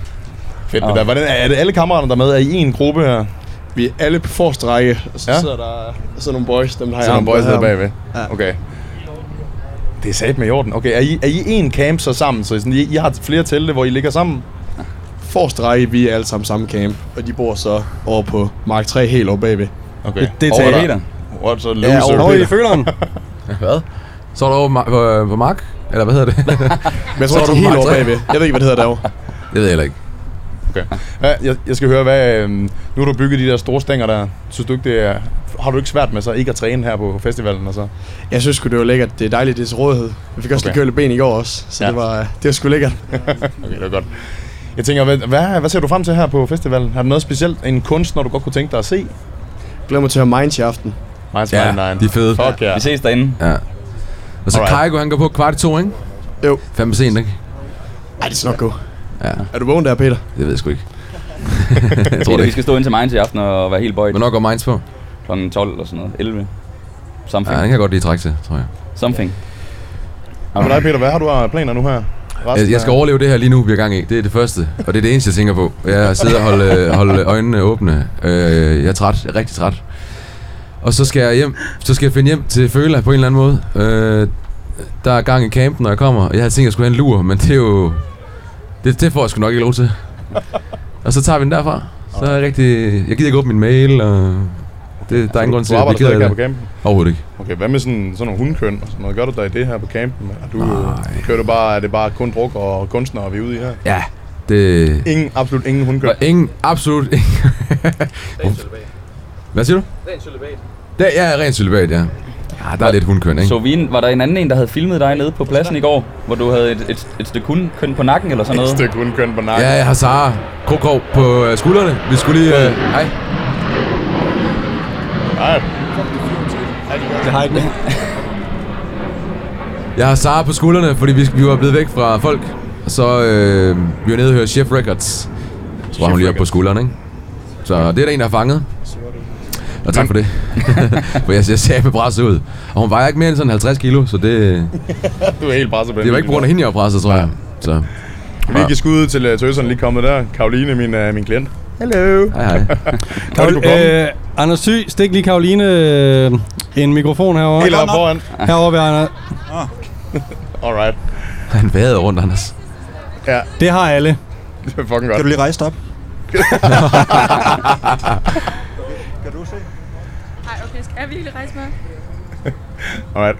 Fedt det der. Hvordan, er det alle kammeraterne, der er med? Er I en gruppe her?
Vi er alle på forreste række, og så
Ja.
ja. sidder der sidder nogle boys, dem der har
Så er
jeg
nogle boys der bagved?
Ja.
Okay. Det er sat med i orden. Okay, er I, er I en camp så sammen? Så I, sådan, I, I har flere telte, hvor I ligger sammen?
Forreste række, vi er alle sammen samme camp, og de bor så over på Mark 3 helt over bagved.
Okay.
Det- det er
Over
teater.
dig. What's a
Ja,
loser?
Nå, i føleren.
Hvad? Så er du over på, ma- på, på Mark? Eller hvad hedder det?
Men jeg tror, de
Så er
er
du
helt
Mark
over
tre.
bagved. Jeg ved ikke, hvad det hedder derovre.
det ved jeg heller ikke.
Okay. Ja, jeg, jeg skal høre, hvad, øhm, nu har du bygget de der store stænger der. Synes du ikke, det er, har du ikke svært med så ikke at træne her på festivalen? Og så?
Jeg synes sgu, det var lækkert. Det er dejligt, det er til rådighed. Vi fik også
Okay.
okay. lige kølet ben i går også, så
Ja.
ja. det, var, det var sgu lækkert.
Okay, det er godt. Jeg tænker, hvad, hvad, hvad ser du frem til her på festivalen? Har du noget specielt, en kunstner, du godt kunne tænke dig at se?
Glæder mig til at have Minds i aften.
Minds
Ja,
Mind
de er fede.
Fuck ja.
Vi ses derinde.
Ja. Og så
Alright.
Kaigo, Altså, han går på kvart i to, ikke?
Jo.
Fem sent, ikke?
Ej, det skal nok gå.
Ja.
Er du vågen der, Peter?
Det ved jeg sgu ikke.
jeg
tror
tror
det
det. Vi
ikke.
skal stå ind til Mainz i aften og være helt bøjet.
Hvornår går Mainz på?
Kl. 12 eller sådan noget. 11. Something.
Ja, den kan jeg godt lige trække til, tror jeg.
Something.
Og for dig, Peter, hvad har du af planer nu her?
Jeg, jeg skal overleve det her lige nu, vi er i gang i. Det er det første, og det er det eneste, jeg tænker på. Jeg sidder og holder, øh, holder øjnene åbne. Øh, Jeg er træt, jeg er rigtig træt. Og så skal jeg hjem, så skal jeg finde hjem til Føla på en eller anden måde. Øh, Der er gang i campen, når jeg kommer. Jeg havde tænkt, at jeg skulle have en lur, men det er jo... Det, det får jeg sgu nok ikke lov til. Og så tager vi den derfra. Så er jeg rigtig... Jeg gider ikke åbne min mail, og... Det, der er ingen grund til, at
du
vi
arbejder
gider
stadig her på
det.
campen?
Overhovedet ikke.
Okay, hvad med sådan, sådan nogle hundkøn og sådan noget? Gør du dig i det her på campen? Er du, kører du bare, er det bare kun druk og kunstnere, vi er ude i her?
Ja, det...
Ingen, absolut ingen hundkøn.
Og ingen, absolut ingen. Hvad siger du?
Ren celibat.
Der, ja, ren celibat, ja. Ja, der er lidt hundkøn, ikke?
Så vi en, var der en anden en, der havde filmet dig nede på pladsen i går, hvor du havde et, et, et stykke kun, køn på nakken eller sådan noget? Et
stykke hundkøn på nakken.
Ja, jeg har Sara Krokrov på øh, skuldrene. Vi skulle lige... Øh, hej.
Nej.
Det har ikke noget.
Jeg har Sara på skuldrene, fordi vi, vi var blevet væk fra folk. Og så øh, vi var nede og høre Chef Records. Så var hun lige oppe på skuldrene, ikke? Så det er der en, der har fanget. Og tak for det. for jeg, jeg ser presset ud. Og hun vejer ikke mere end sådan 50 kilo, så det...
du er helt presset på den
Det var ikke på grund af hende, jeg var presset, tror jeg. Så...
Kan vi ikke give skud til uh, tøseren lige kommet der? Karoline, min, uh, min klient. Hello.
Hej, hej.
Kan du komme?
Øh, Anders Sy, stik lige Karoline øh, en mikrofon herovre.
Helt oppe foran.
Herovre ved Anders.
Alright.
Han vajede rundt, Anders.
Ja.
Det har alle.
Det er fucking godt.
Kan du lige rejse dig op?
Kan du se?
Nej, okay, skal jeg virkelig rejse mig?
Alright.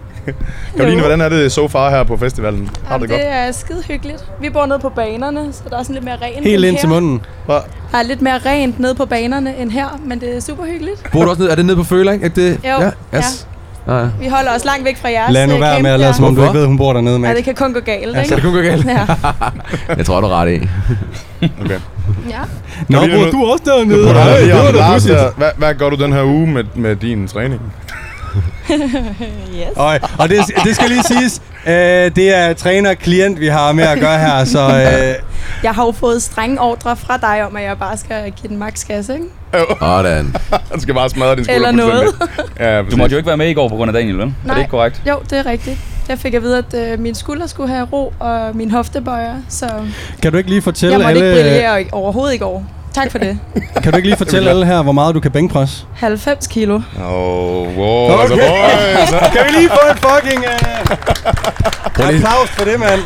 Karoline, hvordan er det so far her på festivalen? Har du det godt?
det er skide hyggeligt. Vi bor nede på banerne, så der er sådan lidt mere rent
Helt
end
ind til
her.
munden.
Der er lidt mere rent nede på banerne end her, men det er super hyggeligt.
Bor du også nede? Er det nede på Føla, ikke? Er det,
Jo,
ja. Yes. ja. ja.
Vi holder os langt væk fra jeres
Lad nu
øh,
være
camp
med at lade, som om du
Hvorfor?
ikke ved, hun bor dernede,
Ja, det
mand.
kan kun gå galt,
Ja,
ikke?
det kan kun gå galt.
Ja.
Jeg tror, du er ret i.
Okay.
ja.
Nå,
Karoline,
bor
nu-
du også
Nu
dernede?
bor du
Nej,
dernede,
det var
Jørgen
da
Lars,
pudsigt.
der- Hvad, hvad gør du den her uge med, med din træning?
yes.
Øj, og det, det skal lige siges, øh, det er træner-klient, vi har med at gøre her, så øh,
Jeg har jo fået strenge ordre fra dig om, at jeg bare skal give den max gas, ikke?
Sådan.
Han skal bare smadre din
Eller
skulder
noget.
fuldstændig. Ja,
Du måtte jo ikke være med i går på grund af Daniel, vel? Er
Nej.
det ikke korrekt?
Jo, det er rigtigt. Jeg fik at vide, at øh, min skulder skulle have ro, og min hoftebøjer, så
kan du ikke lige
jeg
fortælle
måtte ikke
alle,
brillere i- overhovedet i går. Tak for det.
kan du ikke lige fortælle alle her, hvor meget du kan bænkpres?
90 kilo.
Oh, wow. Okay. Altså, boys.
kan vi lige få en fucking uh, applaus for det, mand?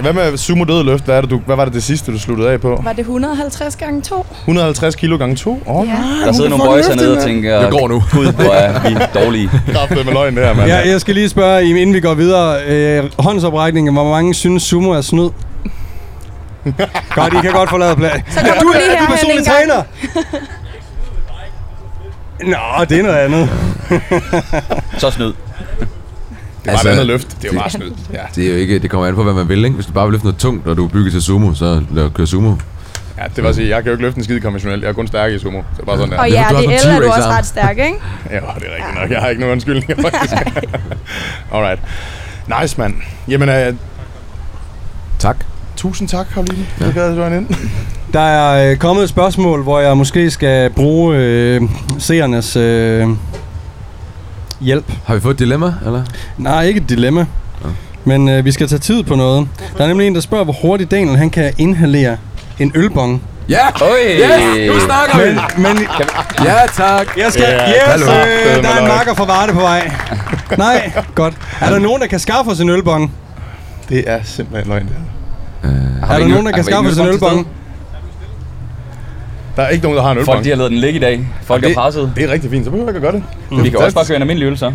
Hvad med sumo dødløft? Hvad, er det, du, hvad var det det sidste, du sluttede af på?
Var det 150 gange 2?
150 kilo gange 2? Oh,
Ja.
Der sidder nogle boys hernede og tænker...
Jeg går nu.
Gud, hvor er vi dårlige.
Kraftet med løgn det her, mand.
Ja, jeg skal lige spørge, I, inden vi går videre, øh, håndsoprækningen, hvor mange synes sumo er snyd? godt, I kan godt forlade plads.
Så kommer du lige
er
herhen
personlig
en gang.
træner! Nå, det er noget andet.
Så snyd.
Det var et andet løft. Det var bare snyd. Ja.
Det er jo ikke, det kommer an på, hvad man vil, ikke? Hvis du bare vil løfte noget tungt, og du er bygget til sumo, så lad os køre sumo.
ja, det var at sige, jeg kan jo ikke løfte en skid konventionelt. Jeg er kun stærk i sumo. Så bare sådan der.
Og ja, det eller er du også ret stærk, ikke?
Ja, det er rigtigt nok. Jeg har ikke nogen undskyldning, faktisk. Alright. Nice, mand. Jamen, øh,
Tak.
tusind tak, Karoline. Ja. Det gad du ind.
Der er øh, kommet et spørgsmål, hvor jeg måske skal bruge øh, seernes øh, hjælp.
Har vi fået et dilemma, eller?
Nej, ikke et dilemma. Ja. Men øh, vi skal tage tid på noget. Der er nemlig en, der spørger, hvor hurtigt Daniel han kan inhalere en ølbong.
Ja!
Oi!
Yes! Nu snakker vi!
Men, men
Ja, tak!
jeg skal...
Ja,
yes,
hallo.
øh, der er en
Hallo.
marker fra Varde på vej. Nej, godt. Er der nogen, der kan skaffe os en ølbong?
Det er simpelthen løgn, det her.
Er der nogen, der kan skaffe os en ølbong?
Der er ikke nogen, der har en ølbank.
Folk de har lavet den ligge i dag. Folk
det,
er presset.
Det er rigtig fint, så behøver jeg ikke at gøre det. det er
Vi kan også bare
fantastisk.
køre en almindelig øl, så.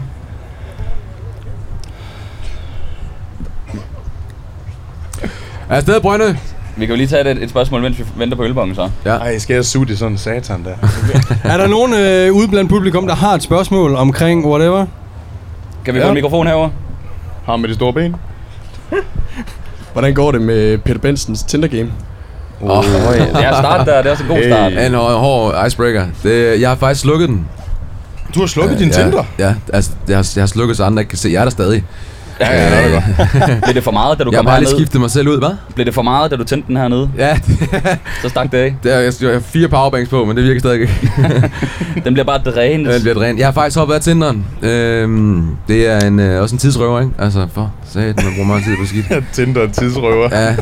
Er afsted, Brønde?
Vi kan jo lige tage et, et spørgsmål, mens vi venter på ølbongen, så.
Ja.
Ej, skal jeg suge det sådan satan der?
Er der nogen øh, ude blandt publikum, der har et spørgsmål omkring whatever?
Kan vi få en mikrofon herover?
Ham med de store ben.
Hvordan går det med Peter Bensens Tinder-game?
Åh,
Det er start der, det er også en god start.
En hård, hård icebreaker. Det, jeg har faktisk slukket den.
Du har slukket
Øh,
din
ja,
Tinder?
Ja, altså, jeg har, jeg har slukket, så andre ikke kan se. Jeg er der stadig.
Ja, ja, det er godt. Blev det for meget, da du
Jeg
kom
har bare lige
herned?
skiftet mig selv ud, hvad?
Blev det for meget, da du tændte den hernede?
Ja.
så stak det af.
Der, jeg, jeg har fire powerbanks på, men det virker stadig ikke.
den bliver bare drænet.
Den bliver drænet. Jeg har faktisk hoppet af Tinderen. Øhm, det er en, øh, også en tidsrøver, ikke? Altså, for satan, man bruger meget tid på skidt.
Tinder er en tidsrøver.
Ja,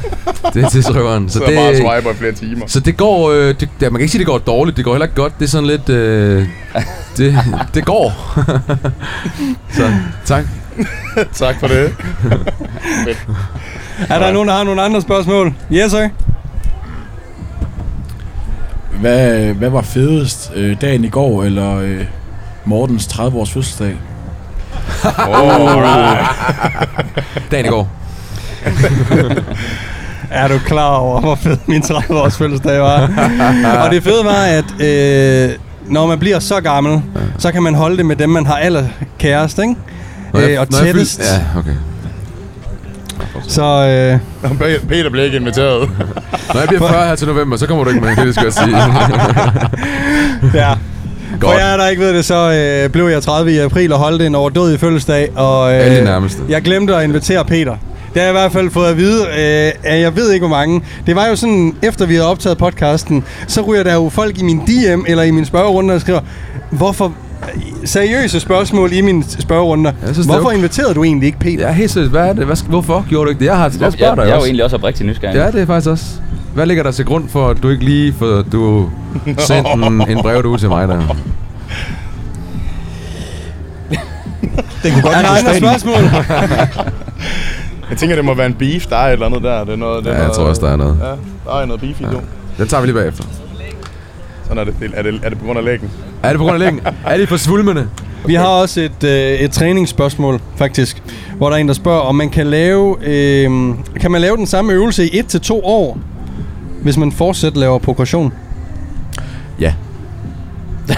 det er tidsrøveren.
Så, så altså det... bare swiper i flere timer.
Så det går... Øh, det, ja, man kan ikke sige, det går dårligt. Det går heller ikke godt. Det er sådan lidt... Øh, det, det går. så tak.
tak for det.
Er der nogen, der har nogle andre spørgsmål? Yes, sir.
Hvad, hvad var fedest? Øh, dagen i går, eller øh, Mortens 30-års fødselsdag?
Dagen i går.
er du klar over, hvor fed min 30-års fødselsdag var? og det fede var, at øh, når man bliver så gammel, så kan man holde det med dem, man har allerkærest, ikke? Øh, og
når jeg fyld-
tættest.
Ja, okay.
Så, øh...
Peter bliver ikke inviteret.
Når jeg bliver 40 her til november, så kommer du ikke med. Det er det, skal jeg sige.
ja. For jer, der ikke ved det, så øh, blev jeg 30 i april og holdt en overdådig fødselsdag. Og, øh,
Alle de nærmeste.
Jeg glemte at invitere Peter. Det har jeg i hvert fald fået at vide øh, af jeg ved ikke, hvor mange. Det var jo sådan, efter vi havde optaget podcasten, så ryger der jo folk i min DM eller i min spørgerunde og skriver, hvorfor seriøse spørgsmål i min spørgerunder.
synes, det er
Hvorfor
jo-
inviterede du egentlig ikke Peter?
Ja, helt seriøst. Hvad er det? Hvad, hvorfor gjorde du ikke det? Jeg har jeg spørger
Jeg, jeg,
dig
jeg er jo
også.
egentlig også oprigtig nysgerrig.
Ja, det er faktisk også. Hvad ligger der til grund for, at du ikke lige for du sendte en, en brev du til mig der?
Det kunne
godt Er der andre spørgsmål?
jeg tænker, det må være en beef. Der er et eller andet der. Det er noget, det er
Ja, jeg
noget,
tror også, der er noget.
Ja, der er noget beef i ja.
Den tager vi lige bagefter.
Sådan er det. Det- Er det, er det på grund af lægen?
Er det på grund af længden? Er det for svulmende?
Vi har også et, øh, et træningsspørgsmål, faktisk, hvor der er en, der spørger, om man kan lave, øh, kan man lave den samme øvelse i 1-2 år, hvis man fortsat laver progression?
Ja.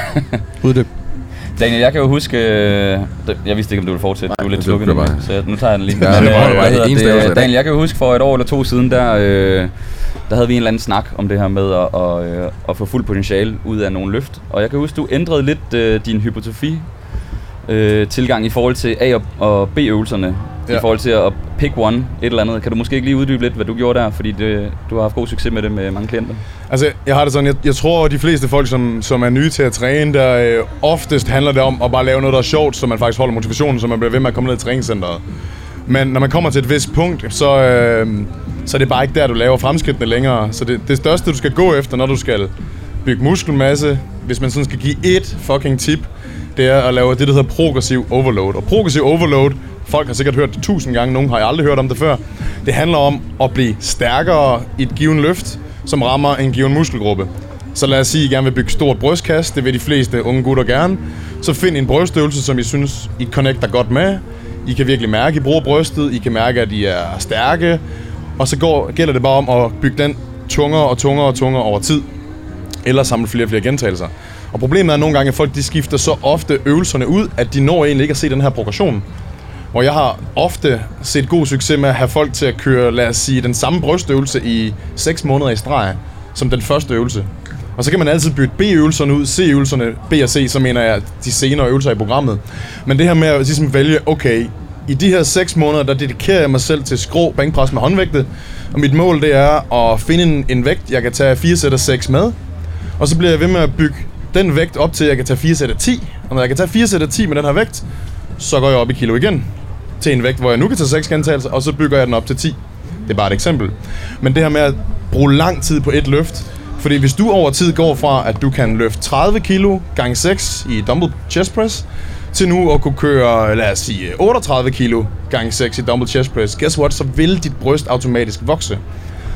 Uddyb.
Daniel, jeg kan jo huske... øh, det- Jeg vidste ikke, om du ville fortsætte. du er lidt
det
slukket
blev
nu,
bare-
så jeg- nu tager jeg den lige.
Ja, det
Men,
var
øh,
jo
hvad
bare
hedder
en
det?
stavelse af det.
Daniel, jeg kan jo huske for et år eller to siden, der, øh, der havde vi en eller anden snak om det her med at, og, øh, at få fuld potentiale ud af nogle løft. Og jeg kan huske, du ændrede lidt øh, din hypotrofi øh, tilgang i forhold til A- og- og B-øvelserne. Ja.
Ja.
I forhold til at pick one, et eller andet. Kan du måske ikke lige uddybe lidt, hvad du gjorde der? Fordi det, du har haft god succes med det med mange klienter.
Altså, jeg har det sådan, jeg, jeg tror, at de fleste folk, som, som er nye til at træne, der øh, oftest handler det om at bare lave noget, der er sjovt, så man faktisk holder motivationen, så man bliver ved med at komme ned i træningscenteret. Men når man kommer til et vist punkt, så, øh, så er det bare ikke der, du laver fremskridtene længere. Så det, det største, du skal gå efter, når du skal bygge muskelmasse, hvis man sådan skal give ét fucking tip, det er at lave det, der hedder progressiv overload. Og progressiv overload, folk har sikkert hørt det tusind gange, nogen har jeg aldrig hørt om det før. Det handler om at blive stærkere i et given løft, som rammer en given muskelgruppe. Så lad os sige, at I gerne vil bygge stort brystkast, det vil de fleste unge gutter gerne. Så find en brystøvelse, som I synes, I connecter godt med. I kan virkelig mærke, at I bruger brystet, I kan mærke, at I er stærke. Og så går, gælder det bare om at bygge den tungere og tungere og tungere over tid eller samle flere og flere gentagelser. Og problemet er nogle gange, at folk de skifter så ofte øvelserne ud, at de når egentlig ikke at se den her progression. Hvor jeg har ofte set god succes med at have folk til at køre, lad os sige, den samme brystøvelse i 6 måneder i streg, som den første øvelse. Og så kan man altid bytte B-øvelserne ud, C-øvelserne, B og C, så mener jeg de senere øvelser i programmet. Men det her med at ligesom vælge, okay, i de her 6 måneder, der dedikerer jeg mig selv til skrå bænkpres med håndvægte, og mit mål det er at finde en, en vægt, jeg kan tage 4 sæt af 6 med, og så bliver jeg ved med at bygge den vægt op til, at jeg kan tage 4 sæt af 10. Og når jeg kan tage 4 sæt af 10 med den her vægt, så går jeg op i kilo igen. Til en vægt, hvor jeg nu kan tage 6 gentagelser, og så bygger jeg den op til 10. Det er bare et eksempel. Men det her med at bruge lang tid på et løft, fordi hvis du over tid går fra, at du kan løfte 30 kilo gange 6 i dumbbell chest press, til nu at kunne køre, lad os sige, 38 kilo gange 6 i dumbbell chest press, guess what, så vil dit bryst automatisk vokse.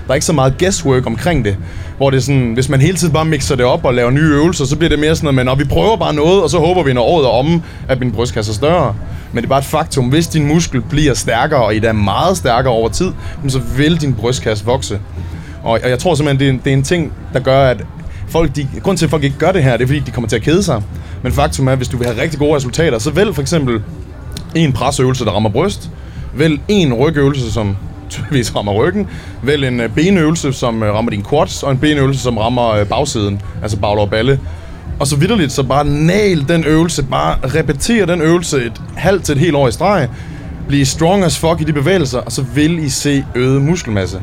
Der er ikke så meget guesswork omkring det. Hvor det er sådan, hvis man hele tiden bare mixer det op og laver nye øvelser, så bliver det mere sådan noget, men "Nå, vi prøver bare noget, og så håber vi, når året er omme, at min brystkasse er større. Men det er bare et faktum, hvis din muskel bliver stærkere, og i dag er meget stærkere over tid, jamen så vil din brystkasse vokse. Og, og jeg tror simpelthen, det er, en- det er en ting, der gør, at folk, de, grund til, at folk ikke gør det her, det er fordi, de kommer til at kede sig. Men faktum er, at hvis du vil have rigtig gode resultater, så vælg for eksempel en presøvelse, der rammer bryst. Vælg en rygøvelse, som tydeligvis rammer ryggen. Vælg en øh, benøvelse, som øh, rammer din quads, og en benøvelse, som rammer øh, bagsiden, altså baglov og balle. Og så vidderligt, så bare nal den øvelse, bare repeter den øvelse et halvt til et helt år i streg. blive strong as fuck i de bevægelser, og så vil I se øget muskelmasse.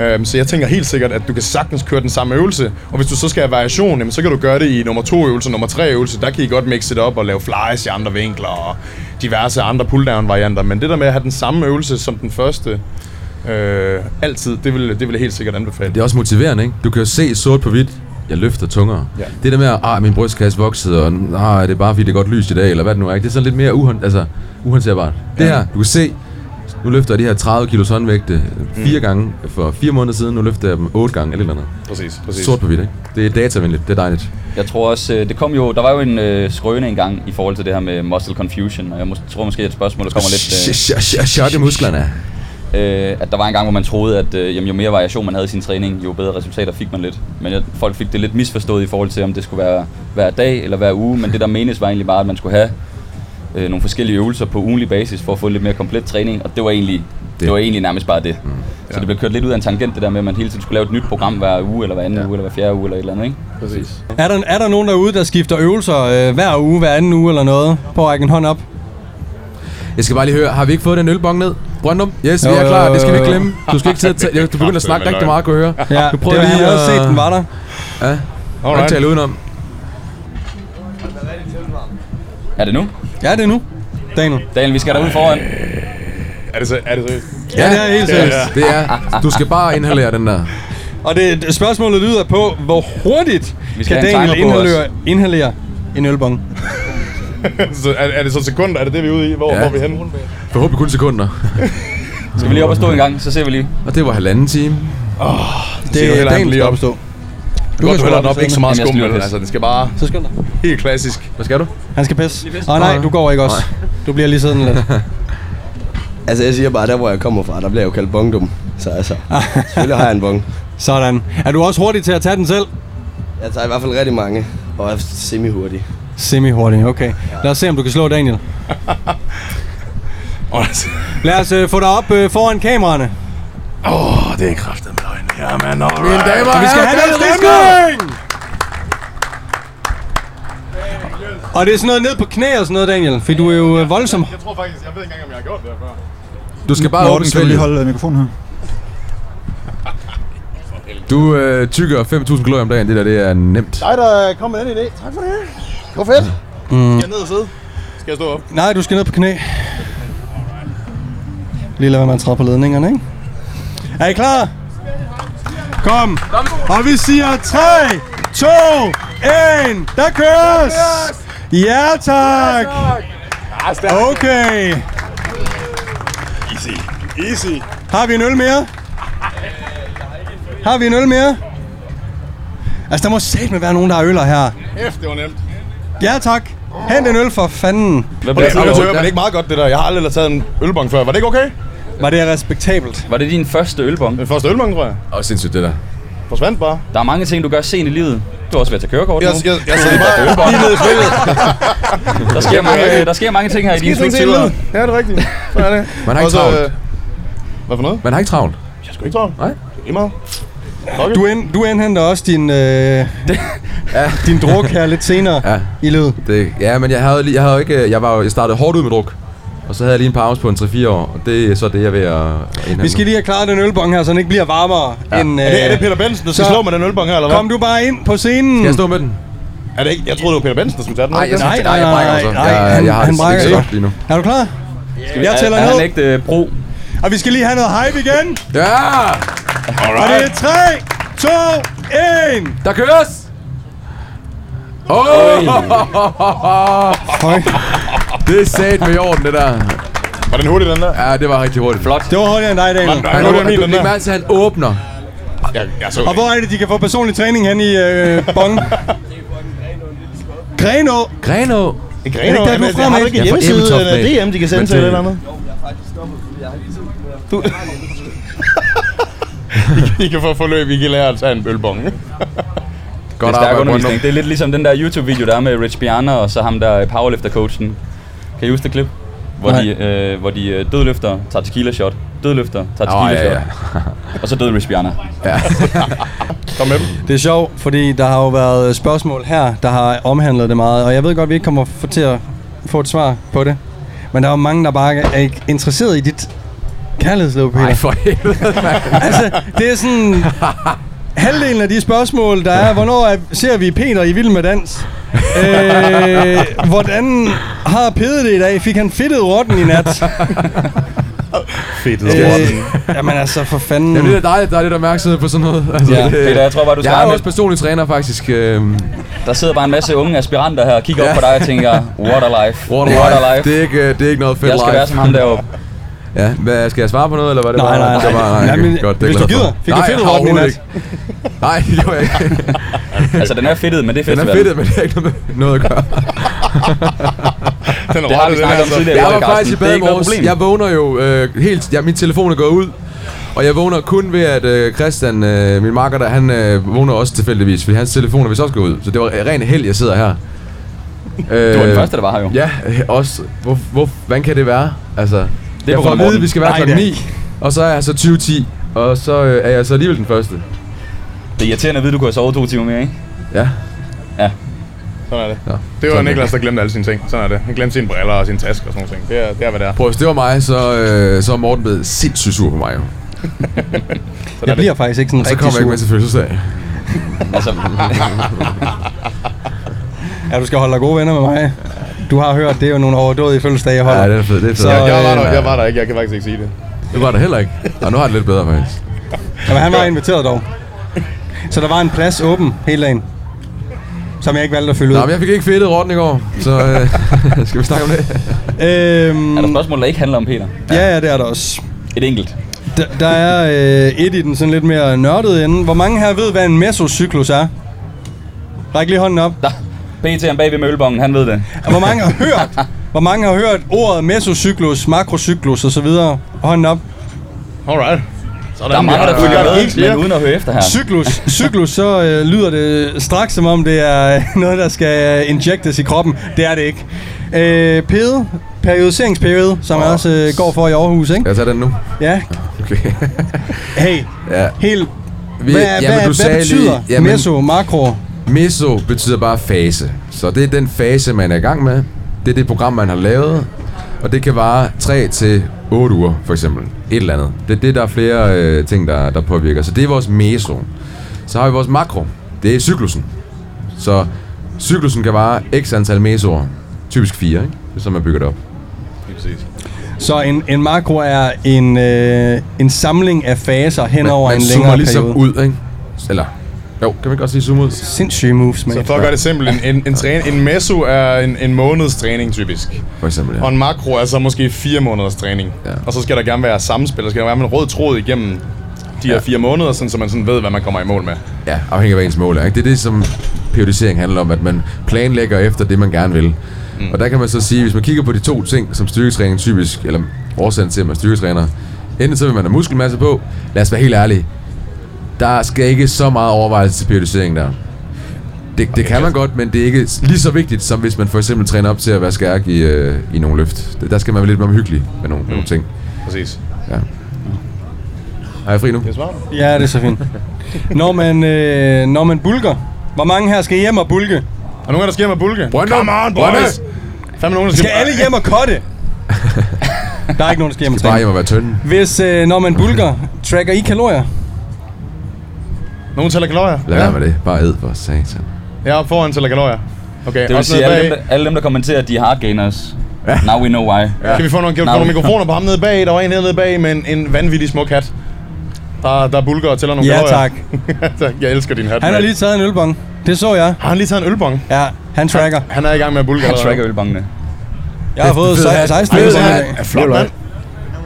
Øhm, så jeg tænker helt sikkert, at du kan sagtens køre den samme øvelse, og hvis du så skal have variation, jamen, så kan du gøre det i nummer to øvelse, nummer tre øvelse, der kan I godt mixe det op og lave flies i andre vinkler og diverse andre pulldown varianter, men det der med at have den samme øvelse som den første, øh, altid, det vil, det vil jeg helt sikkert anbefale.
Det er også motiverende, ikke? Du kan jo se sort på hvidt, jeg løfter tungere.
Ja.
Ja. Det der med, at ah, min brystkasse voksede, og ah, det er bare fordi, det er godt lys i dag, eller hvad det nu er. ikke? Det er sådan lidt mere uhånd, altså, uhåndterbart. Det her, du kan se, nu løfter jeg de her 30 kilos håndvægte fire mm. gange for fire måneder siden, nu løfter jeg dem otte gange, eller et eller andet.
Præcis, præcis.
Sort på hvidt, ikke? Det er datavenligt, det er dejligt.
Jeg tror også, øh, det kom jo, der var jo en øh, skrøne engang i forhold til det her med muscle confusion, og jeg mås- tror måske, at spørgsmålet kommer lidt...
Sh- sh- sh- Shot i musklerne.
Øh, at der var en gang, hvor man troede, at øh, jamen, jo mere variation man havde i sin træning, jo bedre resultater fik man lidt. Men jeg, folk fik det lidt misforstået i forhold til, om det skulle være hver dag eller hver uge, men det der menes var egentlig bare, at man skulle have øh, nogle forskellige øvelser på ugenlig basis for at få en lidt mere komplet træning, og det var egentlig, det. var egentlig nærmest bare det. Mm. Så det blev kørt lidt ud af en tangent, det der med, at man hele tiden skulle lave et nyt program hver uge, eller hver anden ja. uge, eller hver fjerde uge, eller et eller andet, ikke?
Præcis.
Er der, er der nogen derude, der skifter øvelser øh, hver uge, hver anden uge eller noget? Prøv at række en hånd op.
Jeg skal bare lige høre, har vi ikke fået den ølbong ned? Brøndum? Yes, vi
Jo,
er
jo,
klar, det skal vi
jo,
ikke
jo.
glemme. Du skal ikke sidde og tæ- Du begynder at snakke rigtig meget, kunne jeg høre.
Ja,
du
det var- jeg havde set, den var der.
Ja, Alright.
Alright.
ikke tale udenom.
Er det nu?
Ja, det er nu. Daniel.
Daniel, vi skal derud foran.
Er det, så, er det seriøst?
Ja, det er helt seriøst. Det er. Du skal bare inhalere den der.
Og det, det- spørgsmålet lyder på, hvor hurtigt
Vi skal
kan
have en
Daniel
timer på
inhalere, inhalere en ølbong?
så er, er, det så sekunder? Er det det, vi er ude i? Hvor,
Ja.
ja. hvor er vi henne?
Forhåbentlig kun sekunder.
Skal vi lige op og stå en gang, så ser vi lige.
Og det var halvanden time. Oh,
Det er jo heller lige opstå. Du kan hælde den op, ikke så meget skum, men altså, den skal bare...
Så skynd dig.
Helt klassisk.
Hvad skal du?
Han skal pisse. Åh oh, nej, du går ikke også. Du bliver lige siddende lidt.
Altså, jeg siger bare, der hvor jeg kommer fra, der bliver jeg jo kaldt bongdum. Så altså, selvfølgelig har jeg en bong.
Sådan. Er du også hurtig til at tage den selv?
Jeg tager i hvert fald rigtig mange, og er semi-hurtig.
Semi-hurtig, okay. Lad os se, om du kan slå Daniel. Lad os øh, få dig op øh, foran kameraerne.
Åh, oh, det er kraftet med løgn. Jamen, alright.
Mine damer og
vi skal
herrer,
have
det
noget
er
stemning!
Og det er sådan noget ned på knæ og sådan noget, Daniel, for du er jo øh, voldsom.
Jeg tror faktisk, jeg ved ikke engang, om jeg har gjort det her før.
Du skal bare
Morten,
åbne
skal du lige
kvælget.
holde øh, mikrofonen her?
Du øh, tykker 5.000 kalorier om dagen, det der, det er nemt.
Dig, der kom med den idé. Tak for det. Det var fedt.
Mm.
Skal jeg ned og sidde? Skal jeg stå op?
Nej, du skal ned på knæ. Lige lad være med at træde på ledningerne, ikke? Er I klar? Kom. Og vi siger 3, 2, 1. Der køres! Ja, tak! Okay.
Easy. Easy.
Har vi en øl mere? Har vi en øl mere? Altså, der må satme være nogen, der har øller her.
F, det var nemt.
Ja, tak. Hent en øl for fanden.
Hvad
Okay, okay, okay, men det er ikke meget godt det der. Jeg har aldrig taget en ølbong før. Var det ikke okay?
Var det respektabelt?
Var det din første ølbong?
Den første ølbong, tror jeg.
Åh, oh, sindssygt det der.
Forsvandt bare.
Der er mange ting, du gør sent i livet. Du har også været til kørekort
Jeg-
nu.
jeg- jeg sidder
Du har
bare-
ølbong.
lige nede i spillet.
der, sker mange, der sker mange ting her i dine
Skidt sådan set
sluttider.
lidt. Ja, det er rigtigt. Sådan er det.
Man har ikke
Og så,
travlt.
øh, Hvad for noget?
Man har ikke travlt.
Jeg er sgu ikke travlt.
Nej. Det
er lige meget. Okay.
Du, ind, du indhenter også din, øh, din druk her lidt senere
ja.
i livet.
Det, ja, men jeg havde, lige- jeg havde jo ikke, jeg, var, jo- jeg startede hårdt ud med druk. Og så havde jeg lige en pause på en 3-4 år, og det er så det, jeg er ved at indhente.
Vi skal lige have klaret den ølbong her, så den ikke bliver varmere ja. end... øh,
Er det- er det Peter Bensen, der skal slå med den ølbong her, eller hvad?
Kom du bare ind på scenen. Skal
jeg stå med den?
Er det ikke? Jeg troede, det var Peter Bensen, der skulle tage den.
Nej, jeg synes- nej,
jeg brækker mig så. Jeg-
han,
jeg har
han
det
brækker
ikke
sig.
så godt lige nu.
Er du klar?
Skal vi-
Jeg
er-
tæller
er
ned.
han ikke øh, bro?
Og vi skal lige have noget hype igen.
Ja!
Og det er 3, 2, 1.
Der køres! Åh! Det er sat med orden, det der.
Var den hurtig, den der?
Ja, det var rigtig hurtigt.
Flot.
Det var hurtigere end dig, Daniel.
Han, han, han, du lægger mærke til, at han åbner.
Jeg, jeg så
Og hvor er det, de kan få personlig træning hen i øh, bongen? Grenå. Grenå,
Grenå.
Er det ikke der, du er fra, har du ikke en mate? hjemmeside, eller DM, de kan sende til eller andet?
Jo, jeg har faktisk stoppet, fordi jeg har lige
Du...
I kan få forløb, I kan lære at tage en ølbong.
Godt det er stærk undervisning. Det er lidt ligesom den der YouTube-video, der er med Rich Piana og så ham der øh, powerlifter-coachen. Kan I huske det klip? Hvor
Nej.
de, øh, hvor de øh, dødløfter, tager tequila-shot, dødløfter, tager
Åh, ja,
tequila-shot. og så døde Rich Piana.
Ja.
Kom med dem.
Det er sjovt, fordi der har jo været øh, spørgsmål her, der har omhandlet det meget, og jeg ved godt, at vi ikke kommer for til at få et svar på det. Men der er jo mange, der bare er ikke interesseret i dit kærlighedsliv, Peter. Nej,
for helvede,
Altså, det er sådan... Halvdelen af de spørgsmål, der er, hvornår er, ser vi Peter i Vild med Dans? øh, hvordan har Pede det i dag? Fik han fedtet rotten i nat?
Fedt.
Øh, jamen altså, for fanden.
Jamen, det er dejligt, der er lidt opmærksomhed på sådan noget. Altså,
Mm. Ja,
det-
Peter, jeg tror bare, du
Jeg
skal
er
have
også personlig træner, faktisk. Øhm.
Der sidder bare en masse unge aspiranter her og kigger op på dig og tænker, what a life,
What a life. Det er ikke, øh, det er ikke noget fedt
Jeg skal
life.
være som ham deroppe.
Ja, hvad, skal jeg svare på noget, eller hvad det
Nej,
var?
nej,
det
nej.
var,
Nej,
okay,
men
godt, det er
hvis
jeg
du
glad for.
gider, fik du
Nej,
fedtet
jeg har
rotten i
overhovedet ikke. Nej, det gjorde jeg ikke.
Altså, den er fedtet, men det er
Den er
festivalen.
fedtet, men det er ikke noget, med- noget at gøre.
Den er Det har vi rottet, den snakket om altså. tidligere i
Jeg var
podcasten.
faktisk i
Det er
bad i
ikke noget
morges.
problem.
Jeg vågner jo øh, helt... Ja, min telefon er gået ud. Og jeg vågner kun ved, at øh, Christian, øh, min makker der, han øh, vågner også tilfældigvis, fordi hans telefon er vist også gået ud. Så det var ren held, jeg sidder her.
Du var den første, der var her jo.
Ja, øh, også. Hvor, hvor, hvordan kan det være? Altså, det
på
jeg får at
grund af
vide,
Morten.
vi skal være
Nej,
klokken
det er
9, og så er jeg så 20.10, og så øh, er jeg så alligevel den første.
Det er irriterende at vide, at du kunne have sovet to timer mere, ikke?
Ja.
Ja.
Sådan er det.
Nå,
det var
sådan
Niklas, der glemte alle sine ting. Sådan er det. Han glemte sine briller og sin taske og sådan noget. Det er, det er, hvad det er.
Prøv, hvis det var mig, så, øh, så er Morten blevet sindssygt sur på mig. Jo.
Jeg bliver faktisk ikke sådan
så
rigtig
kommer jeg ikke
sur.
med til fødselsdag.
altså...
ja, du skal holde dig gode venner med mig. Du har hørt, det er jo nogle overdådige fødselsdage, jeg holder.
Ja, det er fedt, det er fedt.
Så,
Jeg-
Jeg var,
øh,
der, jeg var der ikke. Jeg kan faktisk ikke sige det.
Det var der heller ikke. Og nu har jeg det lidt bedre, faktisk.
Jamen, han var inviteret dog. Så der var en plads åben hele dagen. Som jeg ikke valgte at fylde ud.
Nå, men jeg fik ikke fedtet rotten i går, så øh, skal vi snakke om det?
Øhm,
er der spørgsmål, der ikke handler om Peter?
Ja, ja, det er der også.
Et enkelt.
Der, der er øh, et i den sådan lidt mere nørdede ende. Hvor mange her ved, hvad en mesocyklus er? Ræk lige hånden op.
BT'en bag ved mølbongen, han ved det.
Hvor mange har hørt, hvor mange har hørt ordet mesocyklus, makrocyklus osv.? Hånden op.
Alright.
Der er mange, der følger med, men uden at høre efter her.
Cyklus, cyklus så øh, lyder det straks som om det er øh, noget, der skal injectes i kroppen. Det er det ikke. Øh, pede, periodiseringsperiode, som oh. også øh, går for i Aarhus, ikke?
Jeg tager den nu.
Ja.
Okay.
Hey,
Ja.
helt...
Vi-
hvad,
jamen,
hvad,
du
hvad
sagde
betyder
lige- jamen-
meso, makro?
Meso betyder bare fase. Så det er den fase, man er i gang med. Det er det program, man har lavet. Og det kan vare 3 til 8 uger, for eksempel. Et eller andet. Det er det, der er flere øh, ting, der, der påvirker. Så det er vores meso. Så har vi vores makro. Det er cyklusen. Så cyklusen kan vare x antal mesoer. Typisk 4, ikke? Det er sådan, man bygger det op.
præcis.
Så en, en makro er en, øh, en samling af faser hen over
man
en
zoomer
længere
ligesom
periode.
ud, ikke? Eller, jo, kan man godt sige zoom ud?
Sindssyge moves, man.
Så for at gøre det simpelt, en, en, en, træne, en meso er en, en måneds træning typisk.
For eksempel, ja.
Og en makro er så måske fire måneders træning. Ja. Og så skal der gerne være samspil, der skal være en rød tråd igennem de her fire måneder, sådan, så man sådan ved, hvad man kommer i mål med.
Ja, afhængig af hvad ens mål er. Ikke? Det er det, som periodisering handler om, at man planlægger efter det, man gerne vil. Mm. Og der kan man så sige, hvis man kigger på de to ting, som styrketræning typisk, eller årsagen til, at man er styrketræner, enten så vil man have muskelmasse på, lad os være helt ærlige, der skal ikke så meget overvejelse til periodisering der. Det, det kan man godt, men det er ikke lige så vigtigt, som hvis man for eksempel træner op til at være stærk i, øh, i nogle løft. Der skal man være lidt mere omhyggelig med nogle, mm. nogle ting.
Præcis.
Ja. Er jeg fri nu?
Det er
Ja, det er så fint. når, man, øh, når man bulker, hvor mange her skal hjem og bulke?
Er nogen, der skal hjem og bulke?
Brøndum!
Come on, boys!
Brøndum!
Fandme nogen, der
Skal alle hjem og kotte? Der er ikke nogen, der skal hjem og
Skal bare
træne.
hjem og være tynde.
Hvis, øh, når man bulker, tracker I kalorier?
Nogen tæller kalorier?
Lad være med det. Bare ed for satan.
Jeg er oppe foran tæller kalorier. Okay,
Det vil
også
sige,
nede
alle dem,
bag.
der, alle dem, der kommenterer, at de er hardgainers. Now we know why.
Kan vi få nogle, kan vi få
Now
nogle
we-
mikrofoner på ham nede bag? Der var en hernede bag med en, en vanvittig smuk hat. Der, der bulker og tæller nogle
Ja,
kalorier. tak. tak. Jeg elsker din hat.
Han har
mand.
lige taget en ølbong. Det så jeg.
Har han lige taget en ølbong?
Ja, han tracker.
Han, han er i gang med at bulke.
Han
allerede.
tracker ølbongene.
Jeg har fået
Fed hat.
16
Ej,
øl.
fed hat. Ja, Flot, mand.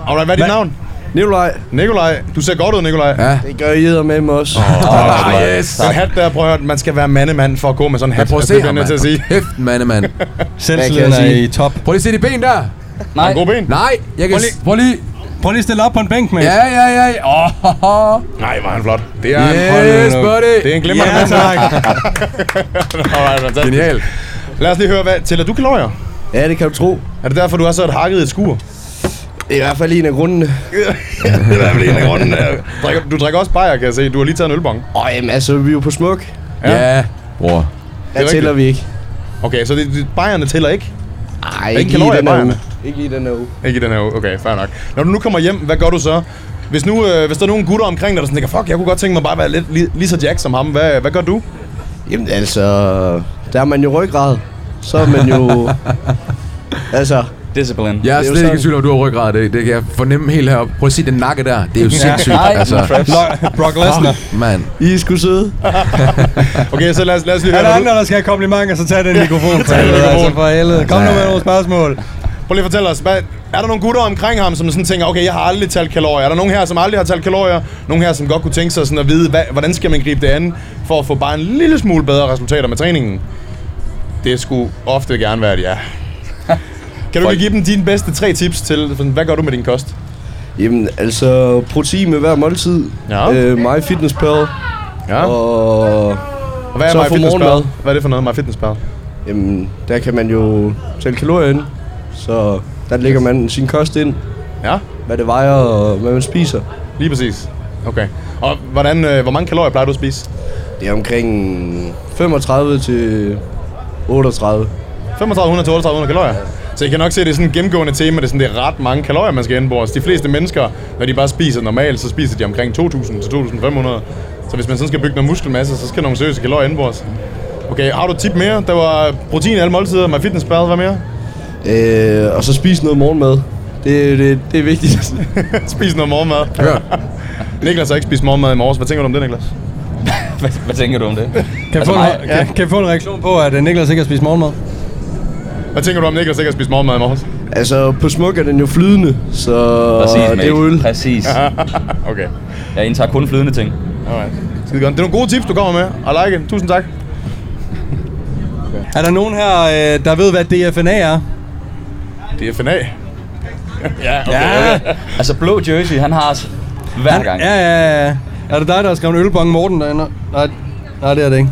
Alright, hvad er dit navn?
Nikolaj.
Nikolaj. Du ser godt ud, Nikolaj.
Ja. Ah,
Det gør I med mig også.
Oh, yes. Den hat der, prøv at høre, man skal være mandemand for at gå med sådan en hat. Altså,
prøv at se
Det bliver
ham,
jeg nødt til at sige.
mand. Hæft, mandemand.
Selvsliden er i top.
Prøv lige at se de ben der.
Nej.
Gode ben.
Nej, jeg kan...
Prøv lige-
Prøv lige...
Prøv lige at stille op på en bænk, mand.
Ja, ja, ja. Åh, oh,
Nej, var han flot. Det er en
Yes,
hold-
buddy.
Det er en glimrende
Ja,
mand.
tak.
Alright, fantastisk.
Genial.
Lad os lige høre, hvad tæller du kalorier?
Ja, det kan du tro.
Er det derfor, du har så et hakket i et skur?
Det er i hvert fald en af grundene.
det er i hvert fald en af grundene. Drikker- Du drikker også bajer, kan jeg se. Du har lige taget en ølbong.
Åh, jamen altså, vi er jo på smuk.
Ja, bror.
Der tæller vi ikke.
Okay, så det, det, bajerne tæller ikke?
Nej,
er
ikke
ikke
lige i
kalorier i
den her
bajerne.
uge.
Ikke lige den her uge.
Ikke i den her uge. Okay, fair nok. Når du nu kommer hjem, hvad gør du så? Hvis, nu, øh, hvis der er nogen gutter omkring dig, der sådan tænker, fuck, jeg kunne godt tænke mig bare at være lidt li- lige så jack som ham. Hvad, hvad gør du?
Jamen altså, der er man jo ryggrad. Så er man jo... altså...
Discipline.
Jeg er
Det er jo
slet ikke i
sådan.
tvivl om, du har ryggrad. Det, det kan jeg fornemme helt heroppe. Prøv at se den nakke der. Det er jo
Ja.
sindssygt.
Ej,
altså.
den er fresh.
Brock Lesnar.
Fuck, Mand.
I er sgu søde.
okay, så lad os, lad os
Er der
hvad
andre, der skal have komplimenter, så tag den mikrofon.
Tag den mikrofon.
Altså, for helvede. Kom nu med nogle spørgsmål.
Prøv lige at fortælle os, hvad, er der nogle gutter omkring ham, som sådan tænker, okay, jeg har aldrig talt kalorier. Er der nogen her, som aldrig har talt kalorier? Nogen her, som godt kunne tænke sig sådan at vide, hvad, hvordan skal man gribe det an, for at få bare en lille smule bedre resultater med træningen? Det skulle ofte gerne være et ja. kan du lige give dem dine bedste tre tips til, sådan, hvad gør du med din kost?
Jamen, altså protein med hver måltid.
Ja.
Øh, my Fitness Pal.
Ja.
Og,
Og hvad er
så få
MyFitnessPal?
morgenmad.
Hvad er det for noget, MyFitnessPal?
Jamen, der kan man jo tælle kalorier ind. Så der lægger man sin kost ind.
Ja.
Hvad det vejer og hvad man spiser.
Lige præcis. Okay. Og hvordan, øh, hvor mange kalorier plejer du at spise?
Det er omkring 35 til 38.
3500 til 3800 kalorier. Så I kan nok se, at det er sådan et gennemgående tema, det er, sådan, det er ret mange kalorier, man skal indbordes. De fleste mennesker, når de bare spiser normalt, så spiser de omkring 2000 til 2500. Så hvis man sådan skal bygge noget muskelmasse, så skal nogle seriøse kalorier indbordes. Okay, har du et tip mere? Der var protein i alle måltider, med fitnesspad, hvad mere?
Øh, og så spise noget morgenmad. Det, det, det er vigtigt.
Spis noget morgenmad. Ja. Niklas har ikke spist morgenmad i morges. Hvad tænker du om det, Niklas?
hvad, hvad tænker du om det?
Kan, altså, få,
mig-
en, kan, kan vi få en reaktion på, at øh, Niklas ikke har spist morgenmad?
Hvad tænker du om Niklas ikke har spist morgenmad i morges?
Altså, på smuk er den jo flydende, så
Præcis,
det er
mate.
øl.
Præcis.
okay.
Jeg indtager kun flydende ting.
Alright. Skide godt. Det er nogle gode tips, du kommer med. I like it. Tusind tak.
Er der nogen her, øh, der ved, hvad DFNA er?
DFNA? ja,
okay,
okay. Altså blå jersey, han har os hver gang.
Ja, ja, ja. Er det dig, der har skrevet ølbong Morten derinde? Nej, nej, det er det ikke.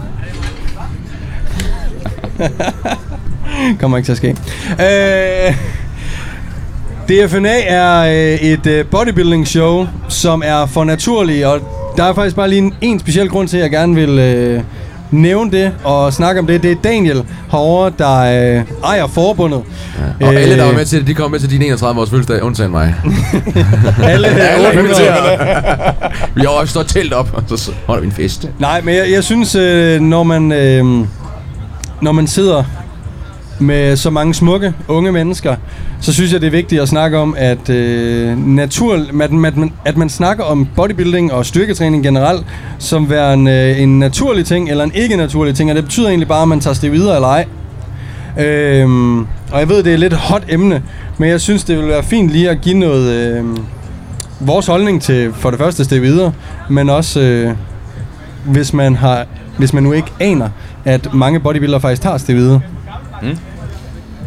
Kommer ikke til at ske. Øh, DFNA er øh, et øh, bodybuilding show, som er for naturlige, og der er faktisk bare lige en, en speciel grund til, at jeg gerne vil øh, nævne det og snakke om det. Det er Daniel herovre, der øh, ejer forbundet.
Og
Øh.
alle, der var med til det, de kom med til din 31 års fødselsdag, undtagen mig.
Øh, Alle
Alle
800.
Vi har også stået telt op, og så holder vi en fest.
Nej, men jeg, jeg synes, øh, når man, øh, når man sidder med så mange smukke unge mennesker, så synes jeg, det er vigtigt at snakke om, at, øh, natur, at, at, man, at man snakker om bodybuilding og styrketræning generelt, som værende øh, en naturlig ting eller en ikke-naturlig ting, og det betyder egentlig bare, at man tager det videre eller ej. Øhm, og jeg ved, det er et lidt hot emne, men jeg synes, det ville være fint lige at give noget... Øh, vores holdning til for det første steg videre, men også øh, hvis man har hvis man nu ikke aner, at mange bodybuildere faktisk tager steg videre.
Mm.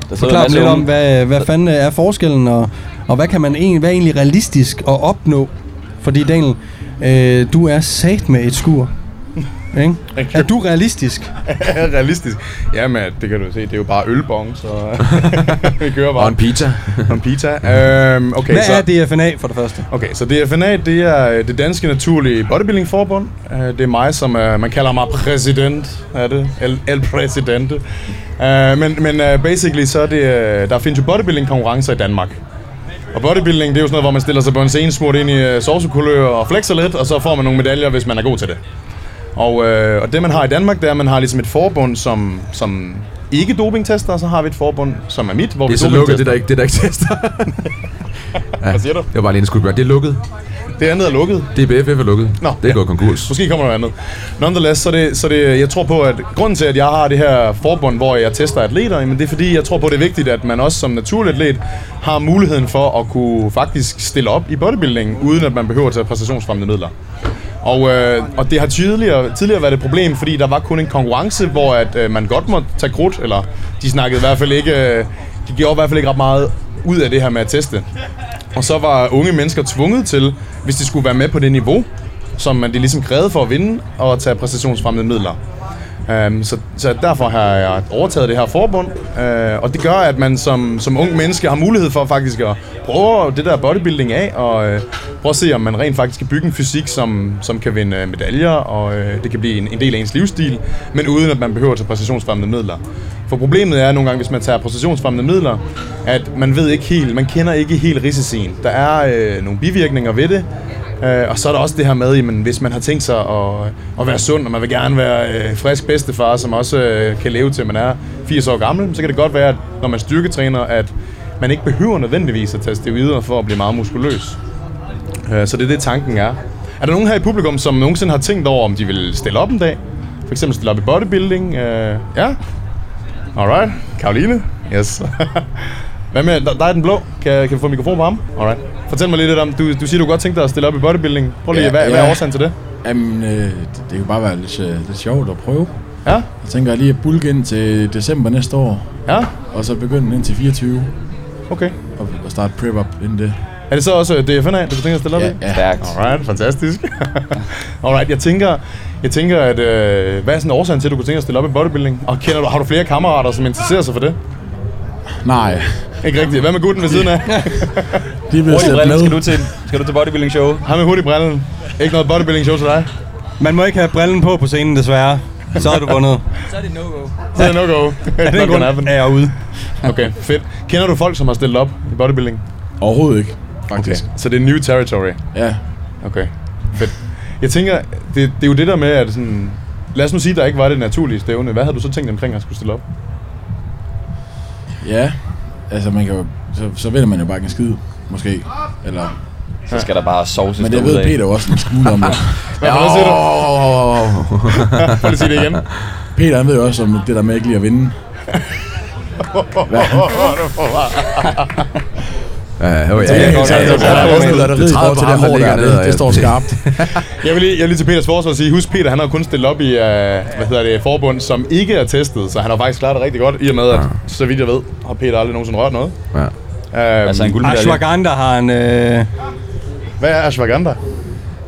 Der sidder en
Forklar dem
masse
lidt om,
unge-
hvad, hvad fanden er forskellen, og, og hvad kan man egentlig, hvad er egentlig realistisk at opnå? Fordi Daniel, øh, du er sat med et skur. Ikke? Er du realistisk?
Realistisk. Jamen, det kan du se. Det er jo bare ølbong, så vi kører bare.
Og en pizza.
og en pizza. Øhm, okay,
Hvad
så,
er DFNA for det første?
Okay, så DFNA, det er øh, det danske naturlige bodybuilding forbund. Det er mig, som øh, man kalder mig præsident. Er det? El, el presidente. Øh, men men øh, basically, så er det, øh, der findes jo bodybuilding konkurrencer i Danmark. Og bodybuilding, det er jo sådan noget, hvor man stiller sig på en scene, smurt ind i øh, sovsekulør og flexer lidt, og så får man nogle medaljer, hvis man er god til det. Og, øh, og det, man har i Danmark, det er, at man har ligesom et forbund, som, som ikke dopingtester, og så har vi et forbund, som er mit, hvor
Det er
vi
så lukket, det der ikke, det der ikke tester. Ja,
Hvad siger du?
Det var bare lige en skudt Det er lukket.
Det andet er lukket.
DBFF er lukket.
Nå,
det er gået konkurs.
Måske kommer der noget andet. Nonetheless, så er det, så er det, jeg tror på, at grunden til, at jeg har det her forbund, hvor jeg tester atleter, men det er fordi, jeg tror på, det er vigtigt, at man også som naturlig atlet har muligheden for at kunne faktisk stille op i bodybuilding, uden at man behøver at tage præstationsfremmende midler. Og, øh, og det har tidligere, tidligere været et problem, fordi der var kun en konkurrence, hvor at, øh, man godt måtte tage krudt, eller de snakkede i hvert fald ikke, øh, de gjorde i hvert fald ikke ret meget ud af det her med at teste. Og så var unge mennesker tvunget til, hvis de skulle være med på det niveau, som man det ligesom krævede for at vinde, og at tage præstationsfremmede midler. Um, så, så derfor har jeg overtaget det her forbund, uh, og det gør, at man som, som ung menneske har mulighed for faktisk at prøve det der bodybuilding af, og uh, prøve at se, om man rent faktisk kan bygge en fysik, som, som kan vinde øh, medaljer, og uh, det kan blive en, en del af ens livsstil, men uden at man behøver at tage præstationsfremmende midler. For problemet er nogle gange, hvis man tager præstationsfremmende midler, at man ved ikke helt, man kender ikke helt risicien. Der er øh, nogle bivirkninger ved det, Øh, og så er der også det her med, jamen, hvis man har tænkt sig at, at være sund, og man vil gerne være øh, frisk bedstefar, som også øh, kan leve til man er 80 år gammel, så kan det godt være, at når man styrketræner, at man ikke behøver nødvendigvis at tage steroider for at blive meget muskuløs. Øh, så det er det, tanken er. Er der nogen her i publikum, som nogensinde har tænkt over, om de vil stille op en dag? For eksempel stille op i bodybuilding? Øh, ja? Alright. Karoline? Yes. Hvad med dig dig den blå? Kan, kan vi få mikrofon på ham? Alright. Fortæl mig lidt om, du, du siger, du godt tænkte dig at stille op i bodybuilding. Prøv lige, ja, hvad, ja. hvad er årsagen til det?
Jamen, øh, det, det kunne bare være lidt, øh, lidt sjovt at prøve.
Ja. Jeg
tænker lige at bulke ind til december næste år.
Ja.
Og så begynde ind til 24.
Okay.
Og, og starte prep up inden det.
Er det så også øh, DFNA, du kunne tænke dig at stille op
Ja,
i?
ja.
Stærkt.
Alright, fantastisk. Alright, jeg tænker, jeg tænker at øh, hvad er sådan årsagen til, at du kunne tænke dig at stille op i bodybuilding? Og kender du, har du flere kammerater, som interesserer sig for det?
Nej.
Ikke rigtigt. Hvad med gutten ved siden af?
De
Hurtig brille, skal du til, skal du til bodybuilding show?
Ham med hurtig brillen. Ikke noget bodybuilding show til dig?
Man må ikke have brillen på på scenen, desværre. Så har du vundet.
Så er det no-go.
Så er det no-go.
Af den grund er jeg ude.
Okay, fedt. Kender du folk, som har stillet op i bodybuilding?
Overhovedet ikke, faktisk.
Okay. Så det er new territory?
Ja.
Okay, fedt. Jeg tænker, det, det er jo det der med, at sådan... Lad os nu sige, der ikke var det naturlige stævne. Hvad havde du så tænkt omkring at skulle stille op?
Ja, altså man kan jo, så, så vinder man jo bare ikke en skid, måske. Eller,
Så skal der bare sovses
Men det
derudad.
ved Peter jo også en smule om det.
Hvad for noget siger du?
Prøv lige at sige det igen.
Peter han ved jo også om det der med ikke lige at vinde. Hvad?
Ja, det var
Så det er godt, at- at- at- at- at- at- at- at- at- at- at- at- at- at- det står skarpt.
jeg, vil lige, jeg vil lige til Peters forsvar sige, husk Peter, han har kun stillet op i uh, hvad hedder det, forbund, som ikke er testet, så han har faktisk klaret det rigtig godt, i og med, at så vidt jeg ved, har Peter aldrig nogensinde rørt noget.
Ja.
Øhm,
Altså en guldmedalje. Ashwagandha har en... Øh...
Hvad er ashwagandha?